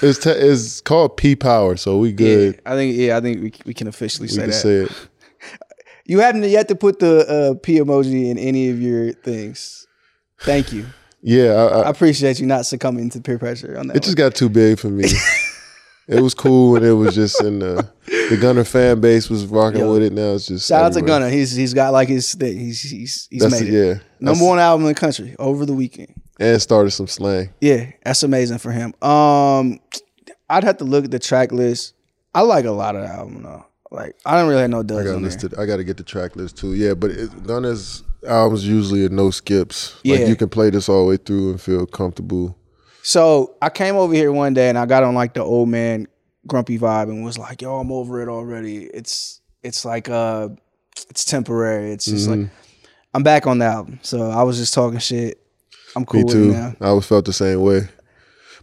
Speaker 2: it's, te- it's called P Power, so we good.
Speaker 1: Yeah, I think yeah, I think we, we can officially
Speaker 2: we
Speaker 1: say
Speaker 2: can
Speaker 1: that.
Speaker 2: say it.
Speaker 1: You haven't yet to put the uh, P emoji in any of your things. Thank you.
Speaker 2: Yeah, I, I,
Speaker 1: I appreciate you not succumbing to peer pressure on that.
Speaker 2: it just got too big for me. it was cool, and it was just in the the Gunner fan base was rocking
Speaker 1: Yo,
Speaker 2: with it. Now it's just
Speaker 1: one. Shout out to
Speaker 2: everywhere.
Speaker 1: Gunna. He's he's got like his thing. He's he's he's
Speaker 2: That's
Speaker 1: made
Speaker 2: the-
Speaker 1: it.
Speaker 2: yeah, That's-
Speaker 1: Number one album in the country over the weekend.
Speaker 2: and started some slang.
Speaker 1: Yeah, that's amazing for him. Um, I'd have to look at the track list. I like a lot of the album though. Like I don't really have no
Speaker 2: I
Speaker 1: duds
Speaker 2: gotta
Speaker 1: on there.
Speaker 2: list it. I gotta get the track list too. Yeah, but it, Gunna's albums usually are no skips.
Speaker 1: Yeah.
Speaker 2: Like you can play this all the way through and feel comfortable.
Speaker 1: So I came over here one day and I got on like the old man grumpy vibe and was like, "Yo, I'm over it already. It's it's like uh, it's temporary. It's just like
Speaker 2: Mm-hmm.
Speaker 1: I'm back on the album. So I was just talking shit. I'm cool
Speaker 2: Me
Speaker 1: with it
Speaker 2: too.
Speaker 1: now.
Speaker 2: I always felt the same way.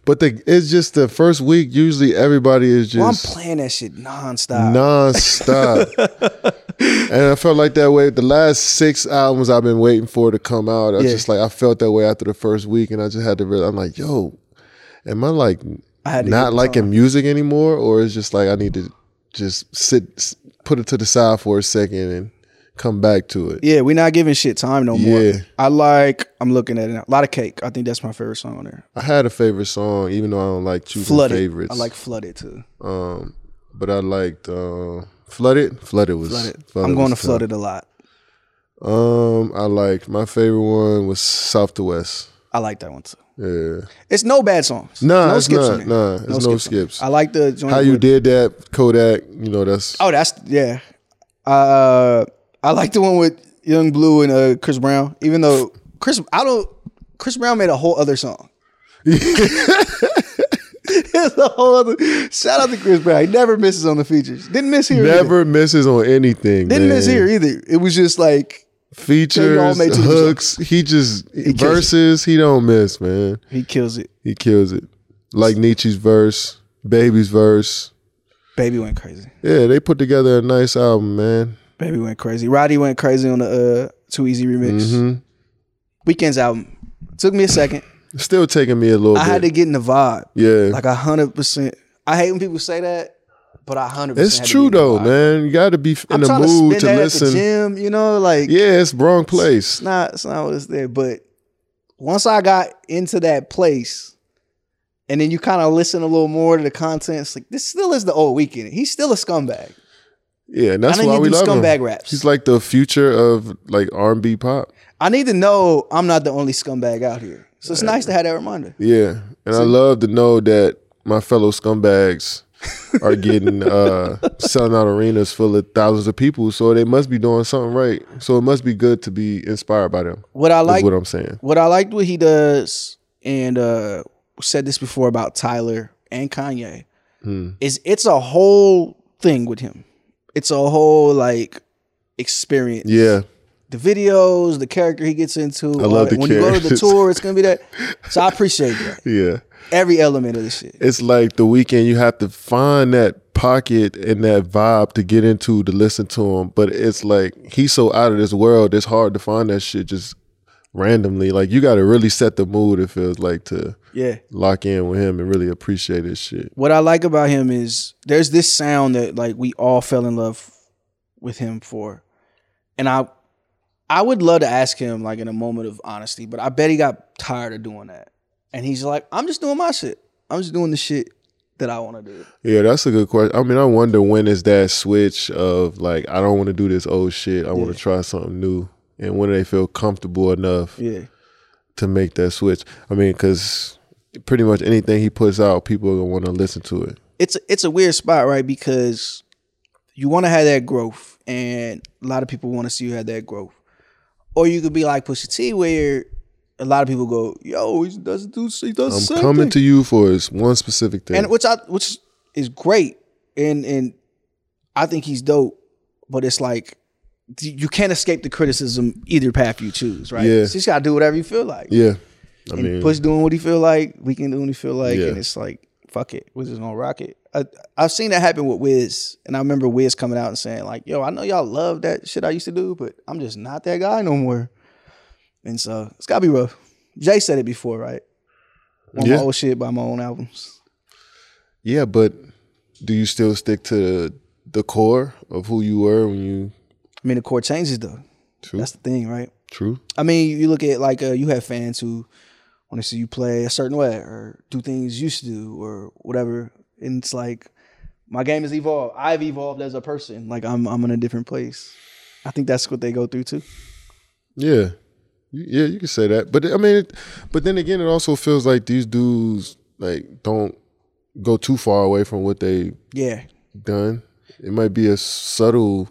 Speaker 2: But the it's just the first week. Usually everybody is
Speaker 1: Well, I'm
Speaker 2: just
Speaker 1: playing that shit nonstop.
Speaker 2: nonstop. and I felt like that way. The last six albums I've been waiting for to come out. I was
Speaker 1: Yeah.
Speaker 2: just like I felt that way after the first week, and I just had to. Realize, I'm like, yo, am I like
Speaker 1: I had to get
Speaker 2: not
Speaker 1: the
Speaker 2: liking music anymore, or it's just like I need to just sit, s- put it to the side for a second, and come back to it.
Speaker 1: Yeah, we're not giving shit time no more.
Speaker 2: Yeah.
Speaker 1: I like. I'm looking at it now. A lot of cake. I think that's my favorite song on there.
Speaker 2: I had a favorite song, even though I don't like choosing
Speaker 1: Flooded.
Speaker 2: favorites.
Speaker 1: I like flooded too.
Speaker 2: um, But I liked uh, Flooded. Flooded was.
Speaker 1: Flooded.
Speaker 2: Flooded
Speaker 1: I'm going to
Speaker 2: was
Speaker 1: flood it a lot.
Speaker 2: tough. Um, I liked my favorite one was South to West.
Speaker 1: I like that one too.
Speaker 2: Yeah.
Speaker 1: It's no bad songs.
Speaker 2: Nah,
Speaker 1: no
Speaker 2: it's not.
Speaker 1: in there.
Speaker 2: Nah, it's no
Speaker 1: in there.
Speaker 2: skips.
Speaker 1: I like the joint.
Speaker 2: How you
Speaker 1: with-
Speaker 2: did that, Kodak? You know that's.
Speaker 1: Oh, that's yeah. Uh, I like the one with Young Blue and uh, Chris Brown. Even though Chris, I don't. Chris Brown made a whole other song. it's a whole other. Shout out to Chris Brown. He never misses on the features. Didn't miss here. either.
Speaker 2: Never misses on anything.
Speaker 1: Didn't
Speaker 2: man.
Speaker 1: miss here either. It was just like They all
Speaker 2: Features,
Speaker 1: made two
Speaker 2: hooks. He just
Speaker 1: kills
Speaker 2: verses. He don't miss, man.
Speaker 1: he kills it.
Speaker 2: He kills it. Like Nietzsche's verse, Baby's verse.
Speaker 1: Baby went crazy.
Speaker 2: Yeah, they put together a nice album, man.
Speaker 1: Baby went crazy. Roddy went crazy on the uh, Too Easy remix. Weekend's album took me a second.
Speaker 2: Still taking me a little
Speaker 1: I had
Speaker 2: bit.
Speaker 1: to get in the vibe.
Speaker 2: yeah,
Speaker 1: Like a hundred percent. I hate when people say that, but I hundred percent.
Speaker 2: it's true though, man. You got to be f- in
Speaker 1: I'm
Speaker 2: the
Speaker 1: trying
Speaker 2: mood
Speaker 1: to, spin
Speaker 2: to
Speaker 1: that At the
Speaker 2: listen.
Speaker 1: gym, you know, like
Speaker 2: Yeah, it's wrong place.
Speaker 1: it's not it's not what it's there. But once I got into that place, and then you kind of listen a little more to the content, it's like this still is the old weekend. He's still a scumbag.
Speaker 2: Yeah, and that's
Speaker 1: I need
Speaker 2: why
Speaker 1: to
Speaker 2: we
Speaker 1: do
Speaker 2: love
Speaker 1: scumbag
Speaker 2: him.
Speaker 1: raps.
Speaker 2: He's like the future of like R&B pop.
Speaker 1: I need to know I'm not the only scumbag out here. So it's nice to have that reminder.
Speaker 2: Yeah, and I love to know that my fellow scumbags are getting uh selling out arenas full of thousands of people. So they must be doing something right. So it must be good to be inspired by them.
Speaker 1: What I
Speaker 2: is
Speaker 1: like
Speaker 2: what I'm saying.
Speaker 1: what I liked what he does, and uh said this before about Tyler and Kanye, is it's a whole thing with him. It's a whole like experience.
Speaker 2: Yeah,
Speaker 1: The videos, the character he gets into. all
Speaker 2: love
Speaker 1: that.
Speaker 2: the
Speaker 1: when you go to the
Speaker 2: characters.
Speaker 1: tour, it's gonna be that. So I appreciate that.
Speaker 2: yeah.
Speaker 1: Every element of this shit.
Speaker 2: It's like the weekend. You have to find that pocket and that vibe to get into to listen to him. But it's like he's so out of this world. It's hard to find that shit just randomly. Like you got to really set the mood. It feels like to
Speaker 1: Yeah.
Speaker 2: lock in with him and really appreciate his shit.
Speaker 1: What I like about him is there's this sound that like we all fell in love with him for. And I I would love to ask him like in a moment of honesty, but I bet he got tired of doing that. And he's like, I'm just doing my shit. I'm just doing the shit that I want to do.
Speaker 2: Yeah, that's a good question. I mean, I wonder when is that switch of like I don't want to do this old shit. I want to try something new. And when do they feel comfortable enough
Speaker 1: Yeah.
Speaker 2: to make that switch? I mean, because pretty much anything he puts out, people are gonna want to listen to it.
Speaker 1: It's it's a weird spot, right? Because you want to have that growth and a lot of people want to see you have that growth. Or you could be like Pusha T where a lot of people go, "Yo, he doesn't do he does the same
Speaker 2: I'm coming
Speaker 1: thing.
Speaker 2: to you for this one specific thing.
Speaker 1: and which I which is great, and and I think he's dope. But it's like d- you can't escape the criticism either path you choose, right?
Speaker 2: Yeah.
Speaker 1: So you just gotta do whatever you feel like.
Speaker 2: yeah, I
Speaker 1: and
Speaker 2: mean,
Speaker 1: Push doing what he feel like, we can do what he feel like,
Speaker 2: Yeah.
Speaker 1: and it's like fuck it, we're just gonna rock it. I, I've seen that happen with Wiz, and I remember Wiz coming out and saying like, "Yo, I know y'all love that shit I used to do, but I'm just not that guy no more." And so it's gotta be rough. Jay said it before, right? On
Speaker 2: Yeah.
Speaker 1: my old shit by my own albums.
Speaker 2: yeah, but do you still stick to the core of who you were when you?
Speaker 1: I mean, the core changes though.
Speaker 2: True.
Speaker 1: That's the thing, right?
Speaker 2: True.
Speaker 1: I mean, you look at like uh, you have fans who want to see you play a certain way or do things you used to do or whatever, and it's like my game has evolved. I've evolved as a person. Like I'm, I'm in a different place. I think that's what they go through too.
Speaker 2: Yeah, You- yeah, you can say that. But I mean, it, but then again, it also feels like these dudes like don't go too far away from what they
Speaker 1: Yeah,
Speaker 2: done. It might be a subtle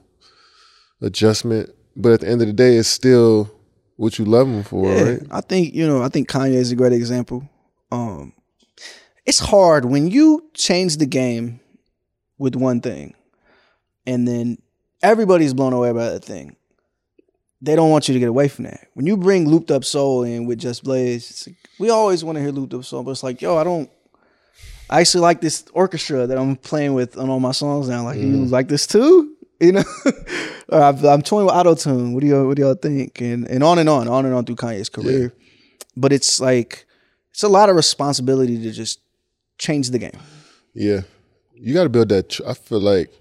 Speaker 2: adjustment, but at the end of the day, it's still what you love them for,
Speaker 1: Yeah,
Speaker 2: right?
Speaker 1: I think you know. I think Kanye is a great example. Um, it's hard when you change the game with one thing, and then everybody's blown away by that thing. They don't want you to get away from that. When you bring Looped Up Soul in with Just Blaze, it's like, we always want to hear Looped Up Soul, but it's like, yo, I don't. I actually like this orchestra that I'm playing with on all my songs now. Like, you like this too? You know, or I'm, I'm toying with auto tune. What do y'all What do y'all think? And and on and on, on and on through Kanye's career. But it's like it's a lot of responsibility to just change the game.
Speaker 2: Yeah, you got to build that. Tr- I feel like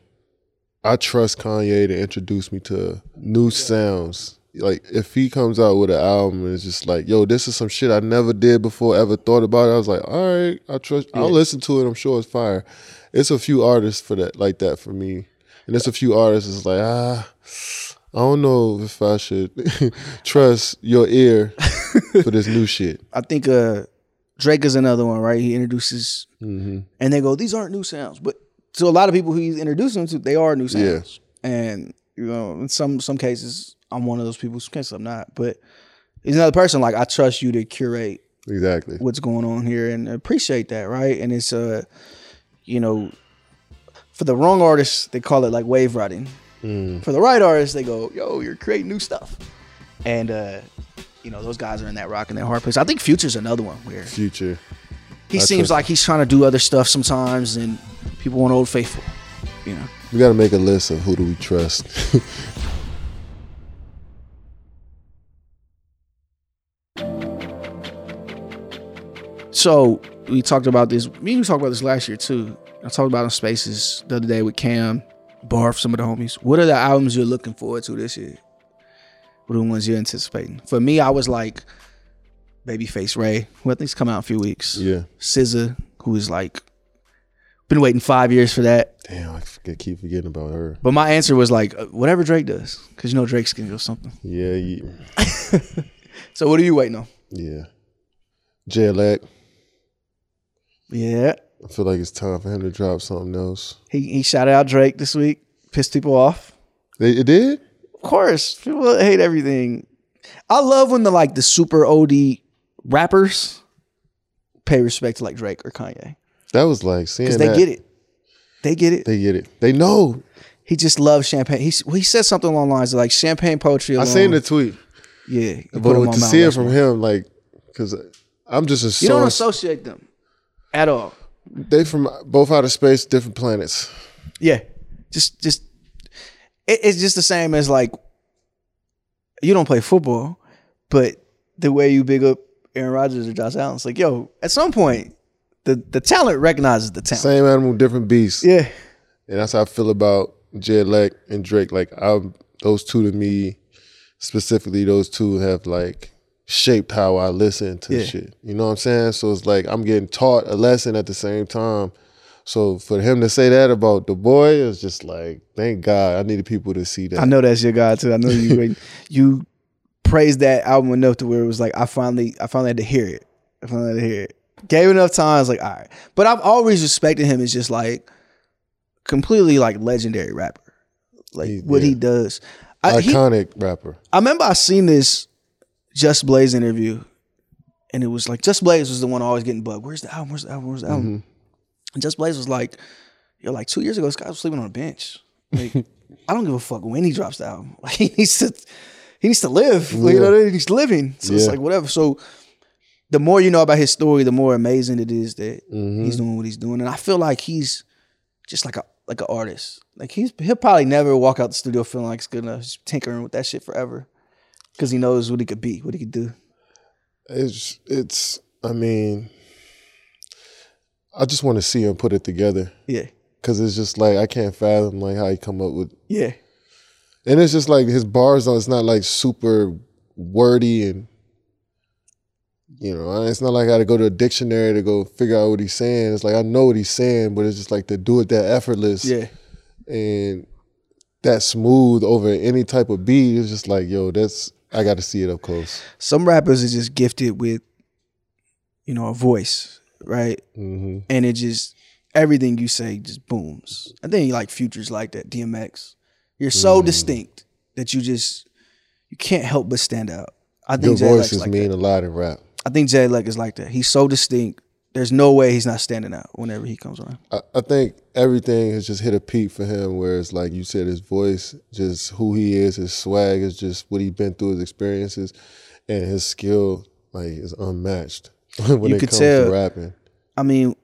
Speaker 2: I trust Kanye to introduce me to new sounds. Like if he comes out with an album and it's just like, yo, this is some shit I never did before, ever thought about. I was like, all right, I trust. I'll listen to it. I'm sure it's fire. it's a few artists for that like that for me, and it's a few artists. It's like ah, I don't know if I should trust your ear for this new shit.
Speaker 1: I think uh, Drake is another one, right? He introduces
Speaker 2: Mm-hmm.
Speaker 1: and they go, "These aren't new sounds." But to a lot of people who he's introducing them to, they are new
Speaker 2: Yeah.
Speaker 1: sounds. And you know, in some some cases, I'm one of those people. Some cases, I'm not. But he's another person. Like I trust you to curate
Speaker 2: Exactly.
Speaker 1: what's going on here and appreciate that, right? And it's uh, you know, for the wrong artists, they call it like wave riding. For the right artists, they go, "Yo, you're creating new stuff," and uh, you know, those guys are in that rock and that hard place. I think Future's another one where
Speaker 2: Future.
Speaker 1: he
Speaker 2: I
Speaker 1: seems
Speaker 2: trust-
Speaker 1: like he's trying to do other stuff sometimes, and people want Old Faithful. You know,
Speaker 2: We got to make a list of who do we trust.
Speaker 1: so we talked about this. Me and you talked about this last year too. I talked about it on Spaces the other day with Cam, Barf, some of the homies. What are the albums you're looking forward to this year? What are the ones you're anticipating? For me, I was like Babyface Ray, who I think's come out in a few weeks.
Speaker 2: yeah.
Speaker 1: SZA, who is like been waiting five years for that.
Speaker 2: Damn, I forget, keep forgetting about her.
Speaker 1: But my answer was like uh, whatever Drake does, because you know Drake's gonna do something.
Speaker 2: Yeah. you-
Speaker 1: So what are you waiting on?
Speaker 2: Yeah. JLac.
Speaker 1: Yeah.
Speaker 2: I feel like it's time for him to drop something else.
Speaker 1: He he shouted out Drake this week, pissed people off.
Speaker 2: They, it did?
Speaker 1: Of course, people hate everything. I love when the like the super OD rappers pay respect to like Drake or Kanye
Speaker 2: That was like seeing
Speaker 1: because they
Speaker 2: that,
Speaker 1: get it. They get it.
Speaker 2: They get it. They know.
Speaker 1: He just loves champagne. He s- he said something along the lines of like champagne poetry.
Speaker 2: I
Speaker 1: Alone.
Speaker 2: seen the tweet,
Speaker 1: Yeah, you put
Speaker 2: but
Speaker 1: him
Speaker 2: with-
Speaker 1: on
Speaker 2: to
Speaker 1: Mount
Speaker 2: see it
Speaker 1: Rushmore.
Speaker 2: from him, like, because I'm just a
Speaker 1: you
Speaker 2: so
Speaker 1: don't associate them at all.
Speaker 2: they from both outer space, different planets.
Speaker 1: Yeah, just just it, it's just the same as like you don't play football, but the way you big up Aaron Rodgers or Josh Allen, it's like yo, at some point the the talent recognizes the talent.
Speaker 2: Same animal, different beast.
Speaker 1: Yeah,
Speaker 2: And that's how I feel about Jed Leck and Drake. Like I'm those two to me, specifically those two have like shaped how I listen to
Speaker 1: Yeah.
Speaker 2: shit. You know what I'm saying? So it's like I'm getting taught a lesson at the same time. So for him to say that about the boy is just like, thank God. I needed people to see
Speaker 1: I
Speaker 2: that.
Speaker 1: know that's your guy too. I know you you praised that album enough to where it was like I finally I finally had to hear it. I finally had to hear it. Gave it enough time. I was like, all right. But I've always respected him as just like completely like legendary rapper. Like
Speaker 2: He-
Speaker 1: what he
Speaker 2: yeah.
Speaker 1: does. I, he
Speaker 2: Iconic rapper.
Speaker 1: I remember I seen this Just Blaze interview, and it was like Just Blaze was the one always getting bugged. Where's the album? Where's the album? Where's the album? And Just Blaze was like, "Yo, like two years ago, this guy was sleeping on a bench. Like, I don't give a fuck when he drops the album. Like, he needs to, he needs to live. Like, you know, what I mean? he's living. So it's
Speaker 2: Yeah.
Speaker 1: like whatever. So." The more you know about his story, the more amazing it is that
Speaker 2: Mm-hmm.
Speaker 1: he's doing what he's doing, and I feel like he's just like a like an artist. Like he's he'll probably never walk out the studio feeling like it's good enough. He's tinkering with that shit forever because he knows what he could be, what he could do.
Speaker 2: It's it's I mean I just want to see him put it together.
Speaker 1: Yeah,
Speaker 2: Cause it's just like I can't fathom like how he come up with
Speaker 1: yeah,
Speaker 2: And it's just like his bars though, it's not like super wordy and you know, it's not like I gotta go to a dictionary to go figure out what he's saying. It's like I know what he's saying, but it's just like to do it that effortless
Speaker 1: yeah.
Speaker 2: and that smooth over any type of beat, it's just like, yo, that's I gotta see it up close.
Speaker 1: Some rappers are just gifted with, you know, a voice, right?
Speaker 2: hmm
Speaker 1: And it just everything you say just booms. I think like futures like that. DMX, you're
Speaker 2: Mm-hmm.
Speaker 1: so distinct that you just you can't help but stand out. I
Speaker 2: Your
Speaker 1: think Jay
Speaker 2: voice
Speaker 1: Lex
Speaker 2: is
Speaker 1: like
Speaker 2: mean
Speaker 1: that.
Speaker 2: a lot in rap.
Speaker 1: I think Jay Leck is like that. He's so distinct. There's no way he's not standing out whenever he comes around.
Speaker 2: I, I think everything has just hit a peak for him where it's like you said his voice just who he is his swag is just what he's been through his experiences and his skill like is unmatched when
Speaker 1: You
Speaker 2: it
Speaker 1: could
Speaker 2: comes
Speaker 1: tell.
Speaker 2: to rapping
Speaker 1: I mean,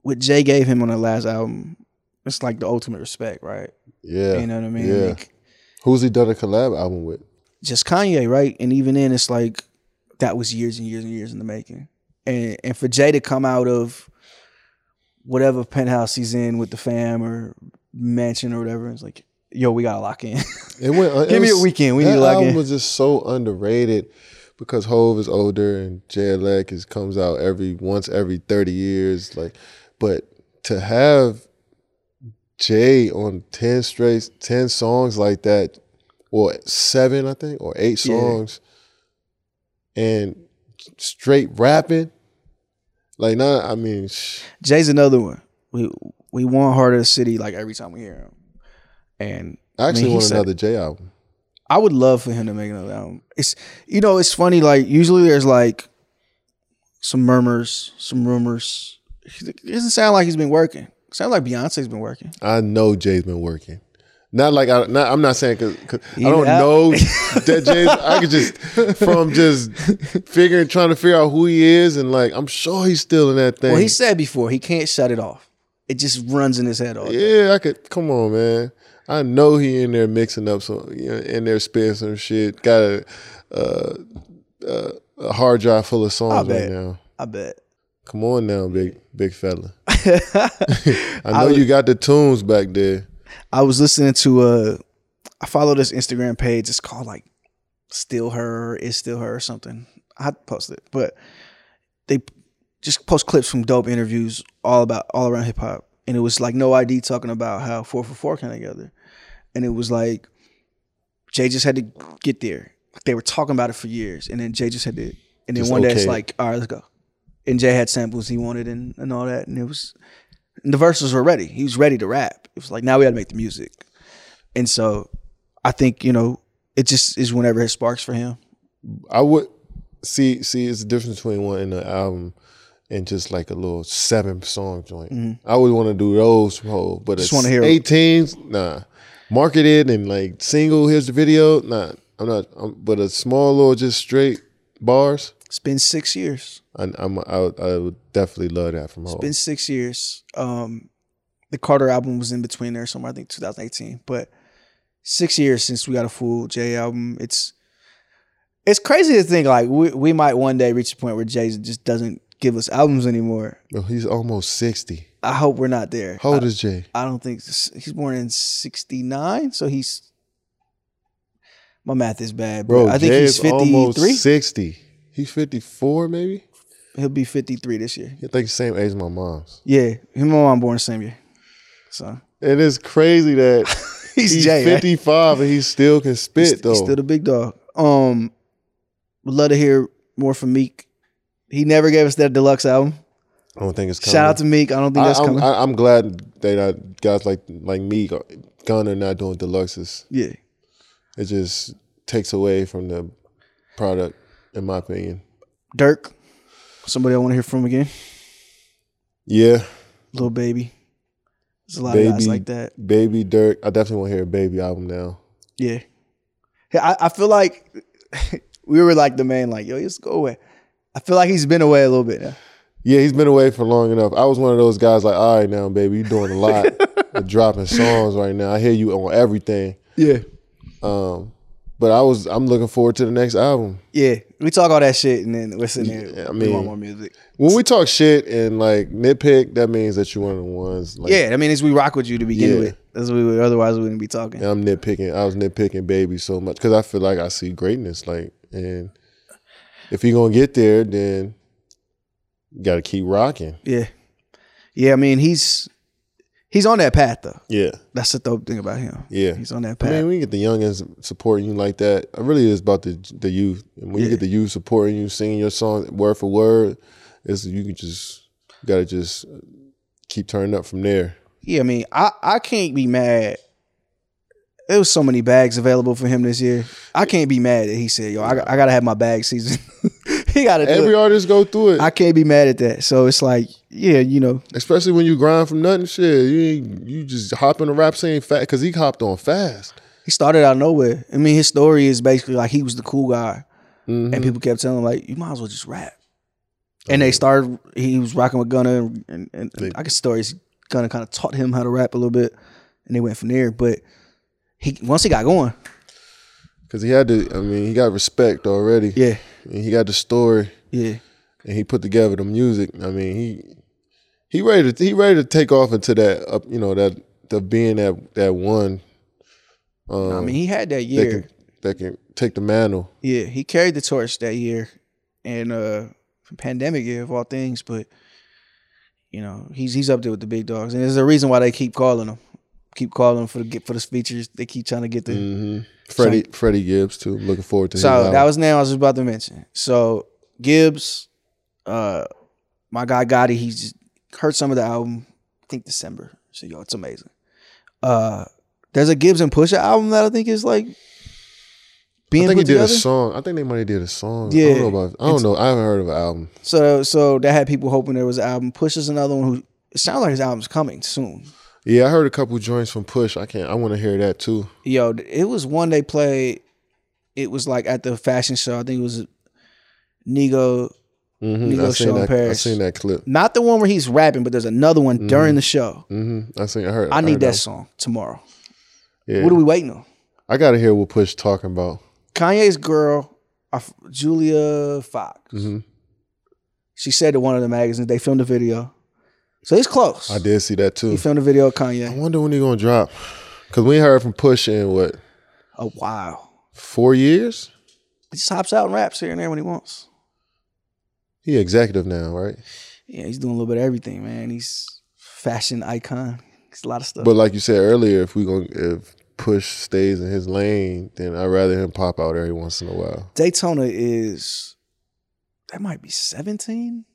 Speaker 1: what Jay gave him on the last album, it's like the ultimate respect, right?
Speaker 2: yeah
Speaker 1: You know what I mean?
Speaker 2: yeah
Speaker 1: Like,
Speaker 2: who's he done a collab album with
Speaker 1: just Kanye, right? And even then, it's like that was years and years and years in the making. And and for Jay to come out of whatever penthouse he's in with the fam or mansion or whatever, it's like, yo, we gotta lock in.
Speaker 2: it went it
Speaker 1: Give me a
Speaker 2: was-
Speaker 1: weekend. We need
Speaker 2: that
Speaker 1: to lock
Speaker 2: album
Speaker 1: in.
Speaker 2: was just so underrated because Hove is older and JLEC is comes out every once every thirty years. Like, but to have Jay on ten straight, ten songs like that, or seven I think, or eight
Speaker 1: Yeah.
Speaker 2: songs, and straight rapping. Like, nah, I mean, sh-
Speaker 1: Jay's another one. We we want Heart of the City like every time we hear him. And
Speaker 2: I actually
Speaker 1: mean, he
Speaker 2: want
Speaker 1: said-
Speaker 2: another Jay album.
Speaker 1: I would love for him to make another album. It's you know, it's funny, like usually there's like some murmurs, some rumors. It doesn't sound like he's been working. It sounds like Beyonce's been working.
Speaker 2: I know Jay's been working. Not like I, not, I'm not saying because I
Speaker 1: You
Speaker 2: don't know
Speaker 1: know.
Speaker 2: that Jay's. I could just from just figuring, trying to figure out who he is, and like I'm sure he's still in that thing.
Speaker 1: Well, he said before he can't shut it off. It just runs in his head all day.
Speaker 2: yeah, I could. Come on, man. I know he in there mixing up some, you know, in there spitting some shit. Got a, uh, uh, a hard drive full of songs right
Speaker 1: bet.
Speaker 2: now.
Speaker 1: I bet.
Speaker 2: Come on now, big big fella. I know you got the tunes back there.
Speaker 1: I was listening to uh I follow this Instagram page. It's called like Still Her, Is Still Her or something. I had to post it. But they just post clips from dope interviews all about all around hip hop. And it was like no ID talking about how four for four came together. And it was like Jay just had to get there. They were talking about it for years. And then Jay just had to and then
Speaker 2: Just
Speaker 1: one day
Speaker 2: okay
Speaker 1: it's
Speaker 2: it.
Speaker 1: like, all right, let's go. And Jay had samples he wanted and, and all that. And it was and the verses were ready. He was ready to rap. It was like now we had to make the music, and so I think you know it just is whenever it sparks for him.
Speaker 2: I would see see it's the difference between one and an album and just like a little seven song joint. I would want to do those whole, but
Speaker 1: Mm-hmm. Just
Speaker 2: it's
Speaker 1: wanna hear-
Speaker 2: 18s, nah. Marketed and like single, here's the video, nah. I'm not, I'm, but a small little just straight bars.
Speaker 1: It's been six years.
Speaker 2: I, I'm I, would- I would definitely love that from home.
Speaker 1: It's been six years. Um, the Carter album was in between there somewhere. I think 2018, but six years since we got a full Jay album. It's it's crazy to think like we we might one day reach a point where Jay just doesn't give us albums anymore.
Speaker 2: Yo, he's almost sixty.
Speaker 1: I hope we're not there.
Speaker 2: How old is Jay?
Speaker 1: I don't think he's born in '69, so he's my math is bad, bro.
Speaker 2: Bro,
Speaker 1: I think
Speaker 2: Jay
Speaker 1: he's
Speaker 2: is almost
Speaker 1: 53.
Speaker 2: sixty. He's fifty four, maybe.
Speaker 1: He'll be 53 this year.
Speaker 2: I think same age as my mom's.
Speaker 1: Yeah, him and my mom born the same year, so
Speaker 2: It is crazy that
Speaker 1: he's,
Speaker 2: he's, eh?
Speaker 1: Jay. right?
Speaker 2: 55 and he still can spit
Speaker 1: He's,
Speaker 2: though.
Speaker 1: he's still the big dog. Um, would love to hear more from Meek. He never gave us that deluxe album.
Speaker 2: I don't think it's coming.
Speaker 1: Shout out to Meek. I don't think that's
Speaker 2: I, I'm,
Speaker 1: coming.
Speaker 2: I, am glad that I, guys like like me, Gunner, not doing deluxes.
Speaker 1: yeah,
Speaker 2: It just takes away from the product, in my opinion.
Speaker 1: Dirk. Somebody I want to hear from again.
Speaker 2: Yeah,
Speaker 1: Little baby. There's a lot of guys
Speaker 2: Baby.
Speaker 1: like that.
Speaker 2: Baby Dirk. I definitely want to hear a Baby album now.
Speaker 1: Yeah. Yeah, I, I feel like we were like the man, like, yo, just go away. I feel like he's been away a little bit now.
Speaker 2: Yeah, he's been away for long enough. I was one of those guys like, all right now, baby, you doing a lot, You're dropping songs right now. I hear you on everything.
Speaker 1: Yeah.
Speaker 2: Um, but I was, I'm looking forward to the next album.
Speaker 1: Yeah. We talk all that shit and then what's in there.
Speaker 2: Yeah, I
Speaker 1: we
Speaker 2: mean-
Speaker 1: want more music.
Speaker 2: When we talk shit and like nitpick, that means that you're one of the ones. Like,
Speaker 1: yeah. I mean, it's we rock with you to begin
Speaker 2: Yeah.
Speaker 1: with. That's what we would, otherwise we wouldn't be talking.
Speaker 2: and I'm nitpicking. I was nitpicking baby so much because I feel like I see greatness. Like, and if you're gonna get there, then you got to keep rocking.
Speaker 1: Yeah. Yeah. I mean, he's he's on that path though.
Speaker 2: Yeah,
Speaker 1: That's the dope thing about him.
Speaker 2: yeah.
Speaker 1: He's on that
Speaker 2: I
Speaker 1: path.
Speaker 2: mean, when you get the youngins supporting you like that, it really is about the the youth. And when you
Speaker 1: Yeah.
Speaker 2: get the youth supporting you, singing your song word for word, it's you can just you gotta just keep turning up from there.
Speaker 1: yeah. I mean, I I can't be mad. There was so many bags available for him this year. I can't be mad that he said, "Yo, I, got- I gotta have my bag season." he gotta do it.
Speaker 2: Every artist go through it.
Speaker 1: I can't be mad at that. So it's like, yeah, you know,
Speaker 2: Especially when you grind from nothing, shit. You ain't, you just hop in the rap scene fast because he hopped on fast.
Speaker 1: he started out of nowhere. I mean, his story is basically like he was the cool guy,
Speaker 2: Mhm.
Speaker 1: and people kept telling him like, you might as well just rap. And they started. He was rocking with Gunna, and, and, and I guess stories Gunna kind of taught him how to rap a little bit, and they went from there. But he once he got going,
Speaker 2: Because he had to. I mean, he got respect already.
Speaker 1: yeah,
Speaker 2: And he got the story,
Speaker 1: yeah,
Speaker 2: and he put together the music. I mean, he he ready to he ready to take off into that up. You know that the being that that one. Um,
Speaker 1: I mean, he had that
Speaker 2: that
Speaker 1: year.
Speaker 2: can that can take the mantle.
Speaker 1: Yeah, he carried the torch that year and uh pandemic year of all things, but you know, he's he's up there with the big dogs. And there's a reason why they keep calling him. keep calling for the get for the features. They keep trying to get the.
Speaker 2: hmm Freddie Freddie Gibbs too. Looking forward to his
Speaker 1: So
Speaker 2: album.
Speaker 1: that was the name I was just about to mention. So Gibbs, uh, my guy Gotti, he's just heard some of the album. I think December. So yo, it's amazing. Uh, there's a Gibbs and Pusha album that I think is like being
Speaker 2: I think
Speaker 1: put
Speaker 2: he did
Speaker 1: together.
Speaker 2: a song. I think they might have did a song. I
Speaker 1: Yeah.
Speaker 2: don't know about. I don't
Speaker 1: It's-
Speaker 2: know. I haven't heard of an album.
Speaker 1: So so that had people hoping there was an album. Push is another one who it sounds like his album's coming soon.
Speaker 2: Yeah, I heard a couple joints from Push. I can't. I want to hear that too.
Speaker 1: Yo, it was one they played. It was like at the fashion show. I think it was Nigo,
Speaker 2: hmm
Speaker 1: You
Speaker 2: I
Speaker 1: go
Speaker 2: seen
Speaker 1: Sean
Speaker 2: that. I
Speaker 1: Parrish.
Speaker 2: seen that clip.
Speaker 1: not the one where he's rapping, but there's another one during the show.
Speaker 2: hmm I seen. I heard.
Speaker 1: I need
Speaker 2: heard
Speaker 1: that
Speaker 2: one.
Speaker 1: song tomorrow.
Speaker 2: Yeah.
Speaker 1: What are we waiting on?
Speaker 2: I gotta hear what Push talking about.
Speaker 1: Kanye's girl, uh, Julia Fox.
Speaker 2: Mhm.
Speaker 1: She said to one of the magazines they filmed a video, so he's close.
Speaker 2: I did see that
Speaker 1: He
Speaker 2: too.
Speaker 1: filmed a video of
Speaker 2: I
Speaker 1: Kanye.
Speaker 2: wonder when he gonna drop. Cause we ain't heard from Push in what
Speaker 1: Oh wow!
Speaker 2: four years.
Speaker 1: He just hops out and raps here and there when he wants.
Speaker 2: He executive now, right?
Speaker 1: Yeah, he's doing a little bit of everything, man. He's fashion icon. He's a lot of stuff.
Speaker 2: But like you said earlier, if we gonna if Push stays in his lane, then I'd rather him pop out every once in a while.
Speaker 1: Daytona is that might be 17.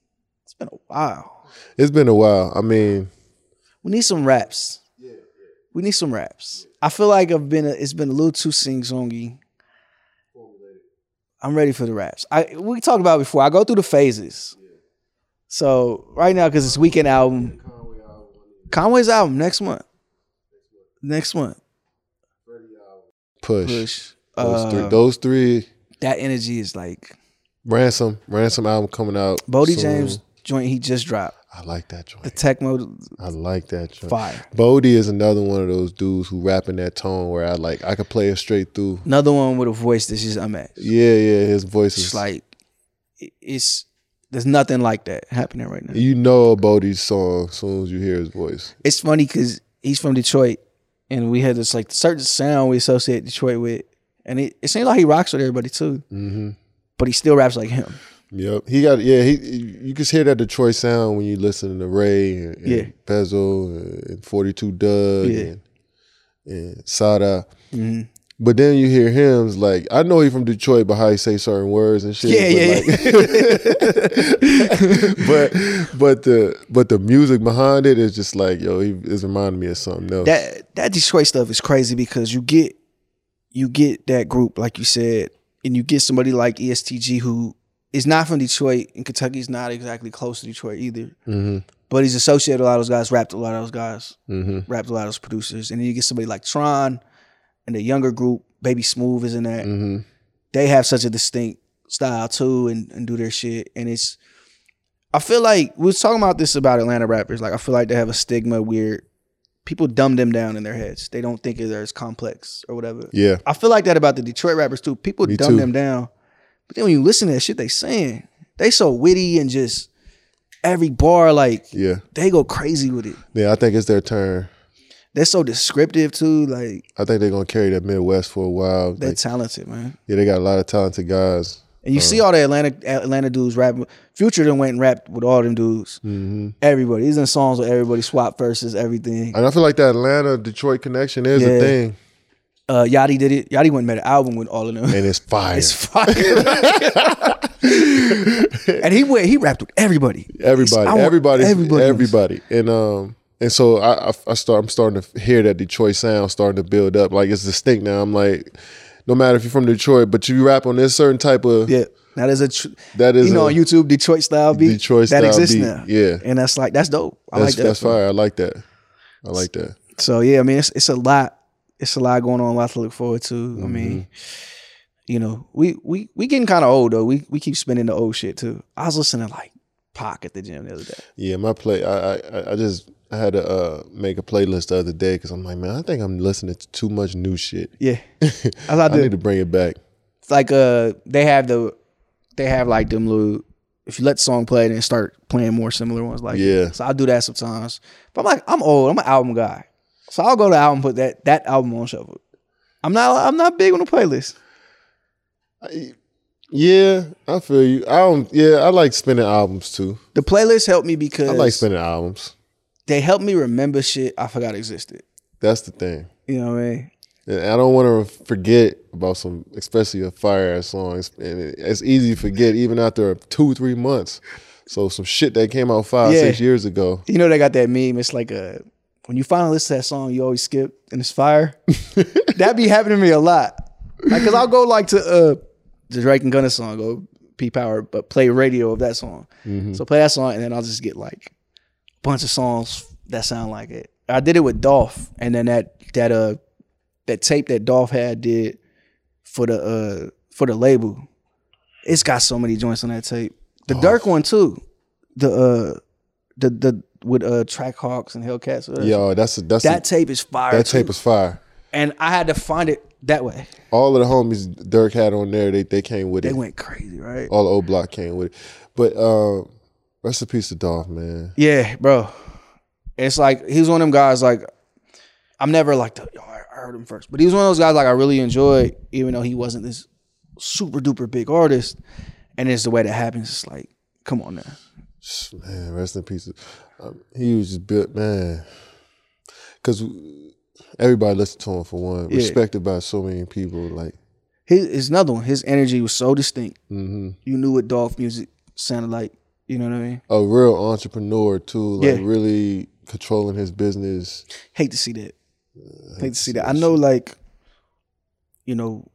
Speaker 1: It's been a while.
Speaker 2: It's been a while. I mean,
Speaker 1: We need some raps. We need some raps. I feel like I've been a, it's been a little too sing songy. I'm ready for the raps. I we talked about it before. I go through the phases. So right now, because it's weekend album, Conway's album next month. Next month,
Speaker 2: Push.
Speaker 1: push.
Speaker 2: Those,
Speaker 1: Uh,
Speaker 2: three, those three.
Speaker 1: that energy is like
Speaker 2: Ransom. Ransom album coming out.
Speaker 1: Bodie
Speaker 2: soon.
Speaker 1: James joint he just dropped.
Speaker 2: I like that
Speaker 1: The
Speaker 2: joint.
Speaker 1: Tecmo
Speaker 2: I like that joint.
Speaker 1: fire.
Speaker 2: Bodie is another one of those dudes who rap in that tone where I like I could play it straight through.
Speaker 1: Another one with a voice that's just unmatched.
Speaker 2: Yeah, yeah. His voice
Speaker 1: It's
Speaker 2: is
Speaker 1: just like it- it's there's nothing like that happening right now.
Speaker 2: you know a Bodie song as soon as you hear his voice.
Speaker 1: It's funny because he's from Detroit, and we had this like certain sound we associate Detroit with, and it, it seems like he rocks with everybody too.
Speaker 2: hmm
Speaker 1: But he still raps like him.
Speaker 2: Yep. He got yeah. He you can hear that Detroit sound when you listen to Ray and, and
Speaker 1: Yeah.
Speaker 2: Pezzo and Forty Two Doug
Speaker 1: Yeah.
Speaker 2: and and Sada.
Speaker 1: hmm
Speaker 2: But then you hear him it's like I know he from Detroit, but how he say certain words and shit.
Speaker 1: Yeah, yeah,
Speaker 2: but but but the but the music behind it is just like yo, he, it's reminding me of something else.
Speaker 1: That that Detroit stuff is crazy because you get you get that group like you said, and you get somebody like E ESTG who is not from Detroit, and Kentucky's not exactly close to Detroit either.
Speaker 2: hmm
Speaker 1: But he's associated with a lot of those guys, rapped with a lot of those guys.
Speaker 2: hmm
Speaker 1: rapped a lot of those producers. And then you get somebody like Tron and the younger group, Baby Smooth is in that.
Speaker 2: hmm
Speaker 1: They have such a distinct style too and, and do their shit. And it's I feel like we was talking about this about Atlanta rappers. Like I feel like they have a stigma where people dumb them down in their heads. They don't think they're as complex or whatever.
Speaker 2: Yeah.
Speaker 1: I feel like that about the Detroit rappers too. People
Speaker 2: Me
Speaker 1: dumb
Speaker 2: too.
Speaker 1: them down. But then when you listen to that shit they saying, they so witty and just every bar like
Speaker 2: Yeah.
Speaker 1: they go crazy with it.
Speaker 2: Yeah. I think it's their turn.
Speaker 1: They're so descriptive too. Like
Speaker 2: I think they're gonna carry that Midwest for a while.
Speaker 1: They're
Speaker 2: Like, uh,
Speaker 1: talented, man.
Speaker 2: yeah, they got a lot of talented guys.
Speaker 1: And you see all the Atlanta Atlanta dudes rapping. Future then went and rapped with all them dudes.
Speaker 2: hmm
Speaker 1: Everybody. He's in songs with everybody, swap verses, everything.
Speaker 2: And I feel like that Atlanta Detroit connection is a
Speaker 1: Yeah.
Speaker 2: thing,
Speaker 1: Uh Yachty did it. Yachty went and made an album with all of them.
Speaker 2: and it's fire.
Speaker 1: It's fire. and he went, he rapped with everybody.
Speaker 2: Everybody,
Speaker 1: I want
Speaker 2: everybody,
Speaker 1: everybody
Speaker 2: everybody,
Speaker 1: else.
Speaker 2: and um, and so I, I, I start, I'm starting to hear that Detroit sound starting to build up. Like it's distinct now. I'm like, no matter if you're from Detroit, but you rap on this certain type of
Speaker 1: Yeah. Now there's a tr-
Speaker 2: that is
Speaker 1: you know
Speaker 2: a-
Speaker 1: on YouTube Detroit style beat
Speaker 2: Detroit
Speaker 1: that
Speaker 2: style
Speaker 1: exists
Speaker 2: beat.
Speaker 1: now.
Speaker 2: Yeah.
Speaker 1: And that's like that's dope. I
Speaker 2: that's,
Speaker 1: like that.
Speaker 2: that's fire. I like that. I like that.
Speaker 1: So yeah, I mean, it's it's a lot. It's a lot going on. A lot to look forward to. I mean, you know, we we we getting kind of old though. We we keep spinning the old shit too. I was listening to like Pac at the gym the other day.
Speaker 2: Yeah, my play. I I- I, I just I had to uh, make a playlist the other day because I'm like, man, I think I'm listening to too much new shit.
Speaker 1: Yeah, as I
Speaker 2: I need
Speaker 1: did.
Speaker 2: to bring it back.
Speaker 1: It's like uh, they have the they have like them little. If you let the song play, then start playing more similar ones. Like
Speaker 2: Yeah.
Speaker 1: so I do that sometimes. But I'm like, I'm old. I'm an album guy, so I'll go to album put that that album on shuffle. I'm not I'm not big on the playlist.
Speaker 2: I, yeah, I feel you. I don't. Yeah, I like spinning albums too.
Speaker 1: The playlist helped me because
Speaker 2: I like spinning albums.
Speaker 1: they helped me remember shit I forgot existed.
Speaker 2: That's the thing.
Speaker 1: You know what I mean?
Speaker 2: And I don't want to forget about some, especially a fire ass song. It's- And it- it's easy to forget even after two, three months. So some shit that came out five,
Speaker 1: Yeah.
Speaker 2: six years ago.
Speaker 1: You know they got that meme. It's like a when you finally listen to that song you always skip and it's fire. that be happening to me a lot. Like, Cause I'll go like to uh the Drake and Gunna song, go P Power, but play radio of that song.
Speaker 2: Mm-hmm.
Speaker 1: So play that song and then I'll just get like a bunch of songs that sound like it. I did it with Dolph and then that that uh that tape that Dolph had did for the uh for the label. It's got so many joints on that tape. The
Speaker 2: Oh.
Speaker 1: Dirk one too. The uh the the with uh Track Hawks and Hellcats. whatever.
Speaker 2: Yo, that's a, that's a-
Speaker 1: That tape is fire.
Speaker 2: that tape is fire.
Speaker 1: and I had to find it that way.
Speaker 2: All of the homies Dirk had on there, they they came with
Speaker 1: They
Speaker 2: it.
Speaker 1: went crazy, right?
Speaker 2: All the old block came with it. But um, rest in peace to Dolph, man.
Speaker 1: Yeah, bro. It's like he was one of them guys. Like I'm never like, the, yo, I I heard him first, but he was one of those guys like I really enjoyed, even though he wasn't this super duper big artist. And it's the way that happens. It's like, come on now.
Speaker 2: Man, rest in peace. Um, he was just built, man. Because everybody listened to him for one,
Speaker 1: Yeah.
Speaker 2: respected by so many people. Like,
Speaker 1: His, his another one. His energy was so distinct.
Speaker 2: mhm.
Speaker 1: You knew what Dolph music sounded like. You know what I mean?
Speaker 2: a real entrepreneur too. Like,
Speaker 1: Yeah.
Speaker 2: really controlling his business.
Speaker 1: Hate to see that. Hate to see that. I know, like, you know,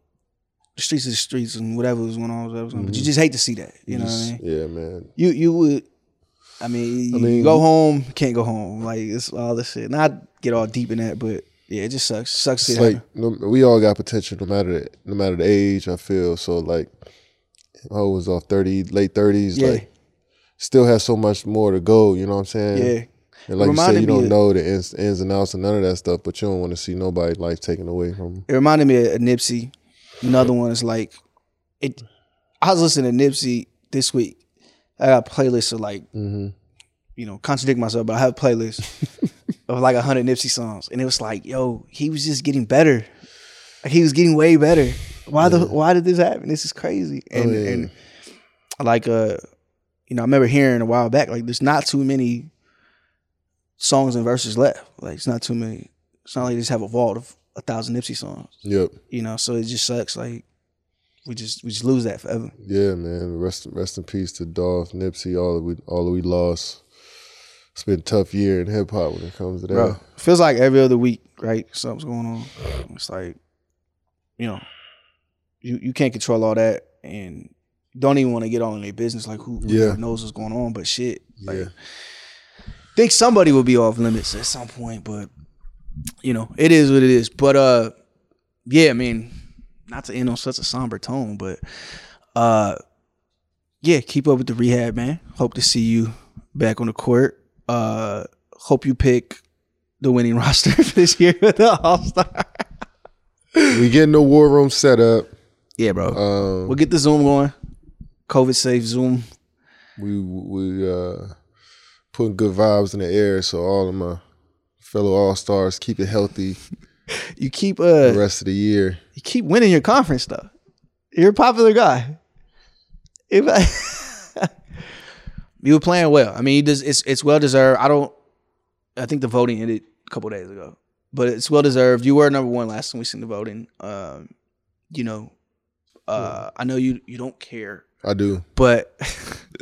Speaker 1: the streets is the streets and whatever was going on, whatever was going on, but you just hate to see that. Mm-hmm. You know what I
Speaker 2: Just-
Speaker 1: mean?
Speaker 2: Yeah, man.
Speaker 1: You you would. I mean, you
Speaker 2: mean-
Speaker 1: go home, can't go home. Like it's all this shit. Not get all deep in that, but yeah, it just sucks. Sucks.
Speaker 2: It's
Speaker 1: Shit
Speaker 2: like
Speaker 1: happen.
Speaker 2: no, we all got potential, no matter the, no matter the age. I feel so like I was off thirty, late thirties.
Speaker 1: yeah,
Speaker 2: Like still has so much more to go. You know what I'm saying?
Speaker 1: yeah.
Speaker 2: And like you said,
Speaker 1: Reminded me
Speaker 2: you don't
Speaker 1: of-
Speaker 2: know the ins, ins and outs and none of that stuff, but you don't want to see nobody life taken away from. 'em.
Speaker 1: It reminded me of Nipsey. Another one is like it. I was listening to Nipsey this week. I got playlists of like, you know, contradict myself, but I have playlists of like hundred Nipsey songs, and it was like, yo, he was just getting better. Like he was getting way better. Why the Why did this happen? This is crazy. And
Speaker 2: Oh, yeah.
Speaker 1: and like uh, you know, I remember hearing a while back like, there's not too many songs and verses left. Like it's not too many. It's not like they just have a vault of a thousand Nipsey songs
Speaker 2: Yep.
Speaker 1: you know so it just sucks like we just we just lose that forever
Speaker 2: Yeah, man. Rest rest in peace to Dolph, Nipsey, all that we all that we lost. It's been a tough year in hip hop when it comes to that.
Speaker 1: bro feels like every other week right something's going on it's like you know you you can't control all that and don't even want to get all in their business like who, who
Speaker 2: Yeah.
Speaker 1: knows what's going on but shit like
Speaker 2: Yeah.
Speaker 1: think somebody will be off limits at some point but you know it is what it is but uh yeah i mean not to end on such a somber tone but uh yeah, keep up with the rehab, man. Hope to see you back on the court. Uh hope you pick the winning roster for this year with the All-Star.
Speaker 2: We getting the war room set up.
Speaker 1: Yeah, bro.
Speaker 2: Um,
Speaker 1: we'll get the Zoom going. COVID safe Zoom.
Speaker 2: we we uh putting good vibes in the air so all of my fellow all stars keep it healthy
Speaker 1: You keep
Speaker 2: the
Speaker 1: uh
Speaker 2: rest of the year
Speaker 1: you keep winning your conference though. You're a popular guy. If I- you were playing well. I mean, you des- it's it's well deserved. I don't I think the voting ended a couple days ago. But it's well deserved. You were number 1 last time we seen the voting. Um you know, uh I know you you don't care
Speaker 2: i do
Speaker 1: but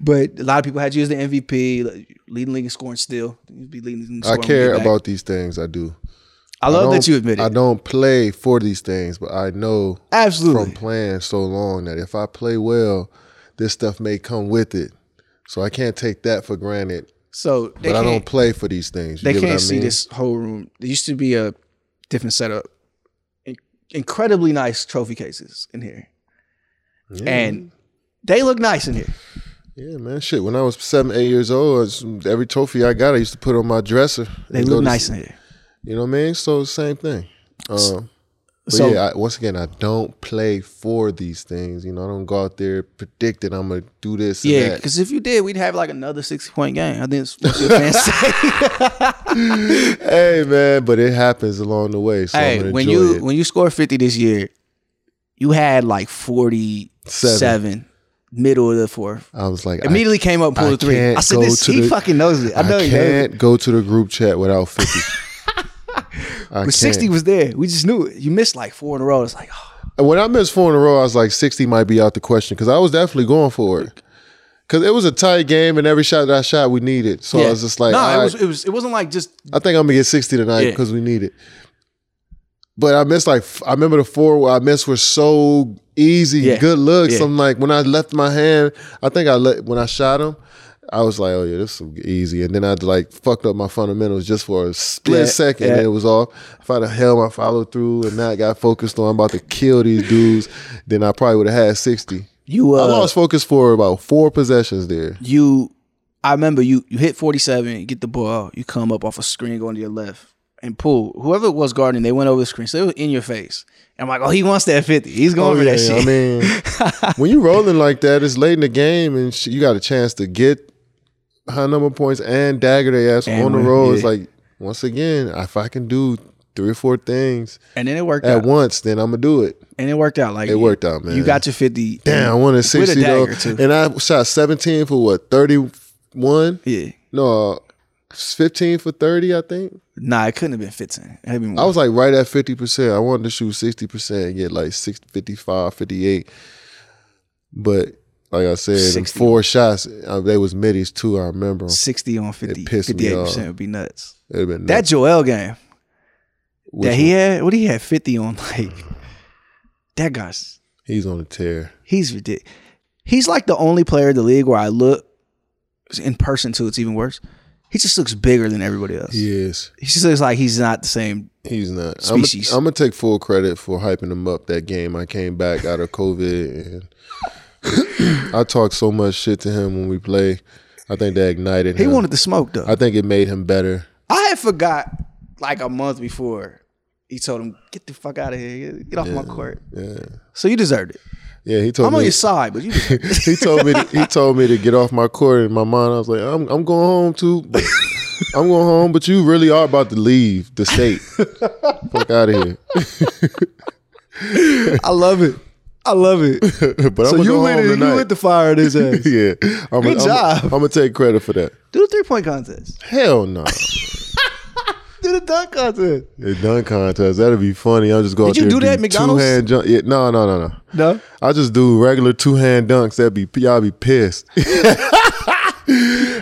Speaker 1: but a lot of people had you as the MVP, like, leading league in scoring still. You'd be leading league in
Speaker 2: i
Speaker 1: scoring when we
Speaker 2: care
Speaker 1: get back.
Speaker 2: about these things i do
Speaker 1: I love
Speaker 2: don't-
Speaker 1: that you admit
Speaker 2: i
Speaker 1: it.
Speaker 2: don't play for these things but i know from
Speaker 1: Absolutely.
Speaker 2: playing so long that if i play well this stuff may come with it so i can't take that for granted
Speaker 1: So they
Speaker 2: but i
Speaker 1: can't,
Speaker 2: don't play for these things you
Speaker 1: they
Speaker 2: get
Speaker 1: can't
Speaker 2: what i
Speaker 1: see
Speaker 2: mean
Speaker 1: this whole room. There used to be a different setup. In- incredibly nice trophy cases in here,
Speaker 2: Yeah.
Speaker 1: and they look nice in here.
Speaker 2: Yeah, man, shit. When I was seven, eight years old, I was- every trophy I got, I used to put on my dresser.
Speaker 1: They
Speaker 2: and go
Speaker 1: look
Speaker 2: to-
Speaker 1: nice in here.
Speaker 2: You know what I mean? So same thing. Um, but
Speaker 1: So
Speaker 2: yeah, I, once again, I don't play for these things. You know, I don't go out there predicting I'm gonna do this. And
Speaker 1: yeah,
Speaker 2: that.
Speaker 1: because if you did, we'd have like another sixty point game. I think it's what your fans say.
Speaker 2: Hey, man, but it happens along the way. So I'm
Speaker 1: Hey,
Speaker 2: gonna
Speaker 1: when
Speaker 2: enjoy
Speaker 1: you
Speaker 2: it.
Speaker 1: when you score fifty this year, you had like forty seven, middle of the fourth.
Speaker 2: I was like, I,
Speaker 1: Immediately came up, and pulled
Speaker 2: I
Speaker 1: a three.
Speaker 2: can't
Speaker 1: I said,
Speaker 2: go
Speaker 1: "This
Speaker 2: to
Speaker 1: he
Speaker 2: the-
Speaker 1: fucking knows it. I
Speaker 2: I
Speaker 1: know he knows it."
Speaker 2: can't go to the group chat without fifty. I
Speaker 1: But 60
Speaker 2: can't.
Speaker 1: was there. We just knew it. You missed like four in a row. It's like, oh,
Speaker 2: When I missed four in a row, I was like, 60 might be out the question because I was definitely going for it. Because it was a tight game, and every shot that I shot, we needed. So I was just like,
Speaker 1: no,
Speaker 2: all
Speaker 1: it
Speaker 2: right,
Speaker 1: was, it was, it wasn't like just
Speaker 2: I think I'm gonna get 60 tonight
Speaker 1: Yeah.
Speaker 2: because we need it. But I missed like f- I remember the four where I missed were so easy,
Speaker 1: Yeah.
Speaker 2: good looks.
Speaker 1: Yeah.
Speaker 2: I'm like when I left my hand, I think I let when I shot him, I was like, oh yeah, this is easy. And then I like fucked up my fundamentals just for a split
Speaker 1: Yeah,
Speaker 2: second,
Speaker 1: yeah.
Speaker 2: and it was off. If I'd have held my follow through and not got focused on I'm about to kill these dudes, then I probably would have had 60.
Speaker 1: you,
Speaker 2: I
Speaker 1: uh,
Speaker 2: lost focus for about four possessions there.
Speaker 1: you, I remember you, you hit 47, you get the ball, you come up off a screen, going to your left and pull. Whoever it was guarding, they went over the screen. So it was in your face. And I'm like, oh, he wants that 50. He's going for that shit.
Speaker 2: Oh, I mean, when you rolling like that, it's late in the game, and sh- you got a chance to get high number of points and dagger their ass
Speaker 1: And
Speaker 2: on the
Speaker 1: win,
Speaker 2: road. It's
Speaker 1: yeah.
Speaker 2: like once again, if I can do three or four things
Speaker 1: and then it worked
Speaker 2: at
Speaker 1: out.
Speaker 2: once, then I'm gonna do it.
Speaker 1: And it worked out. Like
Speaker 2: It worked out, man.
Speaker 1: You got your 50.
Speaker 2: damn. I wanted
Speaker 1: a
Speaker 2: sixty though,
Speaker 1: dagger, too.
Speaker 2: and I shot seventeen for what thirty one?
Speaker 1: Yeah.
Speaker 2: No, uh, fifteen for thirty, I think.
Speaker 1: Nah, it couldn't have been 15. It had been
Speaker 2: I was like right at 50%. I wanted to shoot 60% and get like 6, 55, 58. But like I said, them
Speaker 1: 60.
Speaker 2: four shots, uh, they was middies too. I remember 'em.
Speaker 1: 60 on 50.
Speaker 2: It pissed me
Speaker 1: 58%
Speaker 2: off.
Speaker 1: would be nuts.
Speaker 2: It'd been
Speaker 1: That Joel game
Speaker 2: Which
Speaker 1: that he had, what he had 50 on, like, that guy's,
Speaker 2: one? he's on a tear.
Speaker 1: he's ridiculous. He's like the only player in the league where I look in person too, it's even worse. He just looks bigger than everybody else.
Speaker 2: He is.
Speaker 1: He just looks like he's not the same.
Speaker 2: He's not.
Speaker 1: Species.
Speaker 2: I'm gonna take full credit for hyping him up that game. I came back out of COVID and I talked so much shit to him when we play. I think that ignited
Speaker 1: He
Speaker 2: him.
Speaker 1: wanted to smoke though.
Speaker 2: I think it made him better.
Speaker 1: I had forgot like a month before he told him, get the fuck out of here. Get off my court.
Speaker 2: Yeah.
Speaker 1: So you deserved it.
Speaker 2: Yeah, he told
Speaker 1: I'm
Speaker 2: me
Speaker 1: on your side, but you deserved it.
Speaker 2: he told me to, he told me to get off my court. In my mind, I was like, I'm I'm going home too. But I'm going home, but you really are about to leave the state. Fuck out of here.
Speaker 1: I love it. I love it.
Speaker 2: but I'm
Speaker 1: so
Speaker 2: gonna
Speaker 1: you
Speaker 2: go
Speaker 1: lit,
Speaker 2: home
Speaker 1: it- you
Speaker 2: tonight.
Speaker 1: lit the fire in his ass.
Speaker 2: yeah, I'm,
Speaker 1: Good
Speaker 2: I'm,
Speaker 1: job.
Speaker 2: I'm gonna take credit for that.
Speaker 1: Do the three point contest.
Speaker 2: Hell no,
Speaker 1: Do the dunk contest.
Speaker 2: the dunk contest. That'd be funny. I'll just go. out
Speaker 1: you
Speaker 2: there
Speaker 1: do
Speaker 2: and
Speaker 1: that at McDonald's?
Speaker 2: Two hand jump. Yeah, no, no, no, no.
Speaker 1: No.
Speaker 2: I just do regular two hand dunks. That'd be y'all be pissed.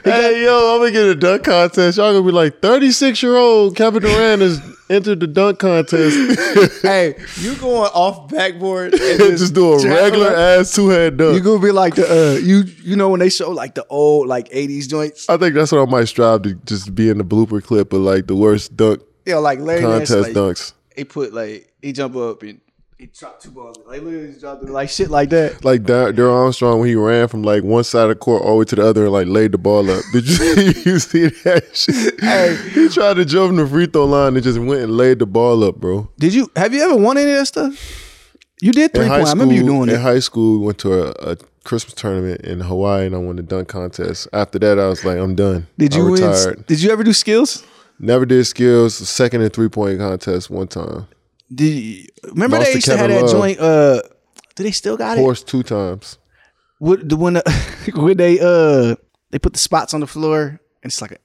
Speaker 2: hey yo, I'm gonna get a dunk contest. Y'all gonna be like 36 year old Kevin Durant has entered the dunk contest.
Speaker 1: Hey, you going off backboard and
Speaker 2: just do a
Speaker 1: jab
Speaker 2: regular
Speaker 1: around.
Speaker 2: ass two hand
Speaker 1: You
Speaker 2: dunk.
Speaker 1: gonna be like the uh, you you know when they show like the old like '80s joints,
Speaker 2: I think that's what I might strive to just be in the blooper clip of like the worst dunk
Speaker 1: you know, like Larry Nance,
Speaker 2: contest
Speaker 1: like,
Speaker 2: dunks.
Speaker 1: he put like he jump up and he dropped two balls, like literally just dropped them, like shit like that.
Speaker 2: Like Dar- Darrell Armstrong when he ran from like one side of the court all the way to the other and like laid the ball up. Did you, you see that shit?
Speaker 1: Hey.
Speaker 2: He tried to jump from the free throw line and just went and laid the ball up, bro.
Speaker 1: Did you have you ever won any of that stuff? You did three
Speaker 2: in
Speaker 1: point.
Speaker 2: high
Speaker 1: I remember you
Speaker 2: school-
Speaker 1: doing
Speaker 2: in
Speaker 1: it.
Speaker 2: high school. We went to a, a Christmas tournament in Hawaii, and I won the dunk contest. After that, I was like, I'm done.
Speaker 1: Did
Speaker 2: I
Speaker 1: you win?
Speaker 2: retired.
Speaker 1: Did you ever do skills?
Speaker 2: Never did skills. Second and three point contest one time.
Speaker 1: Did you, remember
Speaker 2: Lost
Speaker 1: they
Speaker 2: to
Speaker 1: used to have
Speaker 2: Kevin
Speaker 1: that
Speaker 2: Love.
Speaker 1: joint? Uh, do they still got it?
Speaker 2: Horse two times.
Speaker 1: What the when the, when they uh they put the spots on the floor and it's like a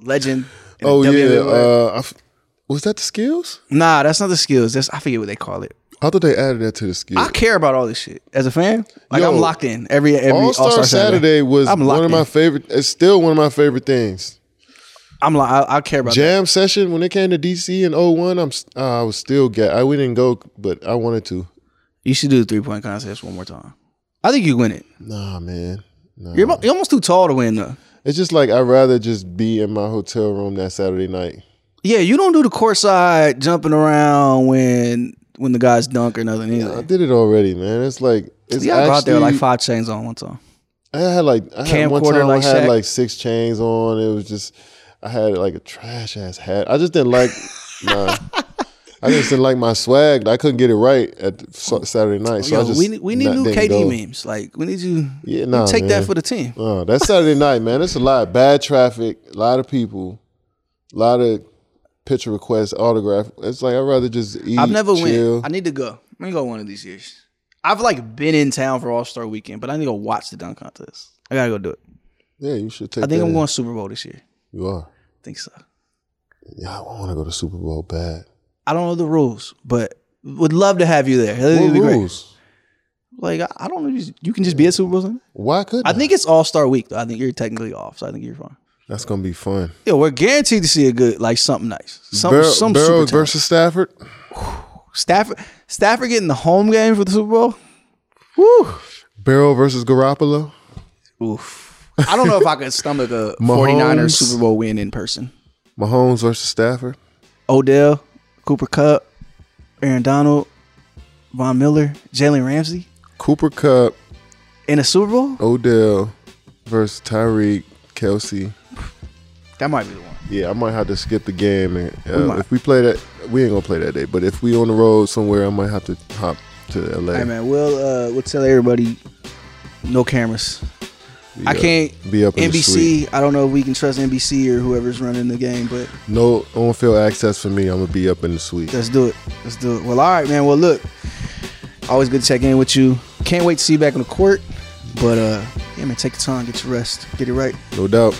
Speaker 1: legend. and
Speaker 2: Oh
Speaker 1: WWE word.
Speaker 2: yeah. Uh, I f- was that the skills?
Speaker 1: nah, that's not the skills. That's I forget what they call it.
Speaker 2: I thought they added that to the skills.
Speaker 1: I care about all this shit as a fan. Like
Speaker 2: Yo,
Speaker 1: I'm locked in every every
Speaker 2: All Star Saturday was
Speaker 1: I'm
Speaker 2: one
Speaker 1: locked
Speaker 2: of my
Speaker 1: in.
Speaker 2: favorite. It's still one of my favorite things.
Speaker 1: I'm like I, I care about that.
Speaker 2: Jam session when it came to DC in 01, I'm s- uh, I was still gay. I we didn't go, but I wanted to.
Speaker 1: You should do the three point contest one more time. I think you win it.
Speaker 2: Nah, man. Nah.
Speaker 1: You're, abo- you're almost too tall to win though.
Speaker 2: It's just like I'd rather just be in my hotel room that Saturday night.
Speaker 1: Yeah, you don't do the courtside jumping around when when the guys dunk or nothing
Speaker 2: I
Speaker 1: either.
Speaker 2: did it already, man. It's like it's
Speaker 1: Yeah, I
Speaker 2: actually,
Speaker 1: go out there with, like five chains on one time.
Speaker 2: I had like I had one
Speaker 1: Camcorder
Speaker 2: time
Speaker 1: like
Speaker 2: I had
Speaker 1: Shaq.
Speaker 2: like six chains on. It was just I had like a trash ass hat. I just didn't like nah. I just didn't like my swag. I couldn't get it right at Sa- Saturday night. So I
Speaker 1: Oh, Yo,
Speaker 2: just
Speaker 1: we need, we need
Speaker 2: not-
Speaker 1: new
Speaker 2: didn't
Speaker 1: KD
Speaker 2: go.
Speaker 1: memes. Like we need you.
Speaker 2: Yeah,
Speaker 1: you
Speaker 2: nah,
Speaker 1: take
Speaker 2: man.
Speaker 1: that for the team.
Speaker 2: Oh, that's Saturday night, man. It's a lot. Bad traffic, a lot of people, a lot of picture requests, autograph. It's like I'd rather just eat.
Speaker 1: I've never
Speaker 2: chill.
Speaker 1: went. I need to go. Let me go one of these years. I've like been in town for All Star Weekend, but I need to go watch the dunk contest. I gotta go do it.
Speaker 2: Yeah, you should take.
Speaker 1: I think
Speaker 2: that
Speaker 1: I'm
Speaker 2: in.
Speaker 1: going Super Bowl this year.
Speaker 2: You are.
Speaker 1: I think so.
Speaker 2: Yeah, I want to go to Super Bowl bad.
Speaker 1: I don't know the rules, but would love to have you there. It'd
Speaker 2: What
Speaker 1: be great.
Speaker 2: rules?
Speaker 1: Like I- I don't know, you- you can just be at Super Bowl. Sunday.
Speaker 2: Why couldn't?
Speaker 1: I think it's All Star Week. Though. I think you're technically off, so I think you're fine.
Speaker 2: that's gonna be fun.
Speaker 1: Yeah, we're guaranteed to see a good like something nice. Some
Speaker 2: Burrow,
Speaker 1: some
Speaker 2: Burrow
Speaker 1: super versus-
Speaker 2: versus Stafford.
Speaker 1: Stafford Stafford getting the home game for the Super Bowl. Woo.
Speaker 2: Burrow versus Garoppolo.
Speaker 1: Oof. I don't know if I could stomach a 49ers Super Bowl win in person.
Speaker 2: Mahomes versus Stafford.
Speaker 1: Odell, Cooper Cup, Aaron Donald, Von Miller, Jalen Ramsey
Speaker 2: Cooper Cup.
Speaker 1: in a Super Bowl?
Speaker 2: Odell versus Tyreek Kelsey.
Speaker 1: That might be the one.
Speaker 2: Yeah, I might have to skip the game. And, uh,
Speaker 1: might.
Speaker 2: if we play that, we ain't gonna play that day. But if we on the road somewhere, I might have to hop to LA.
Speaker 1: Hey man, we'll uh we'll tell everybody no cameras. I
Speaker 2: Yeah.
Speaker 1: can't
Speaker 2: be up in The suite.
Speaker 1: NBC, I don't know if we can trust NBC or whoever's running the game, but
Speaker 2: No on-field access for me. I'm gonna be up in the suite.
Speaker 1: Let's do it. Let's do it. Well, all right, man. Well, look, always good to check in with you. Can't wait to see you back on the court. But uh, yeah, man, take your time, get your rest, get it right.
Speaker 2: No doubt.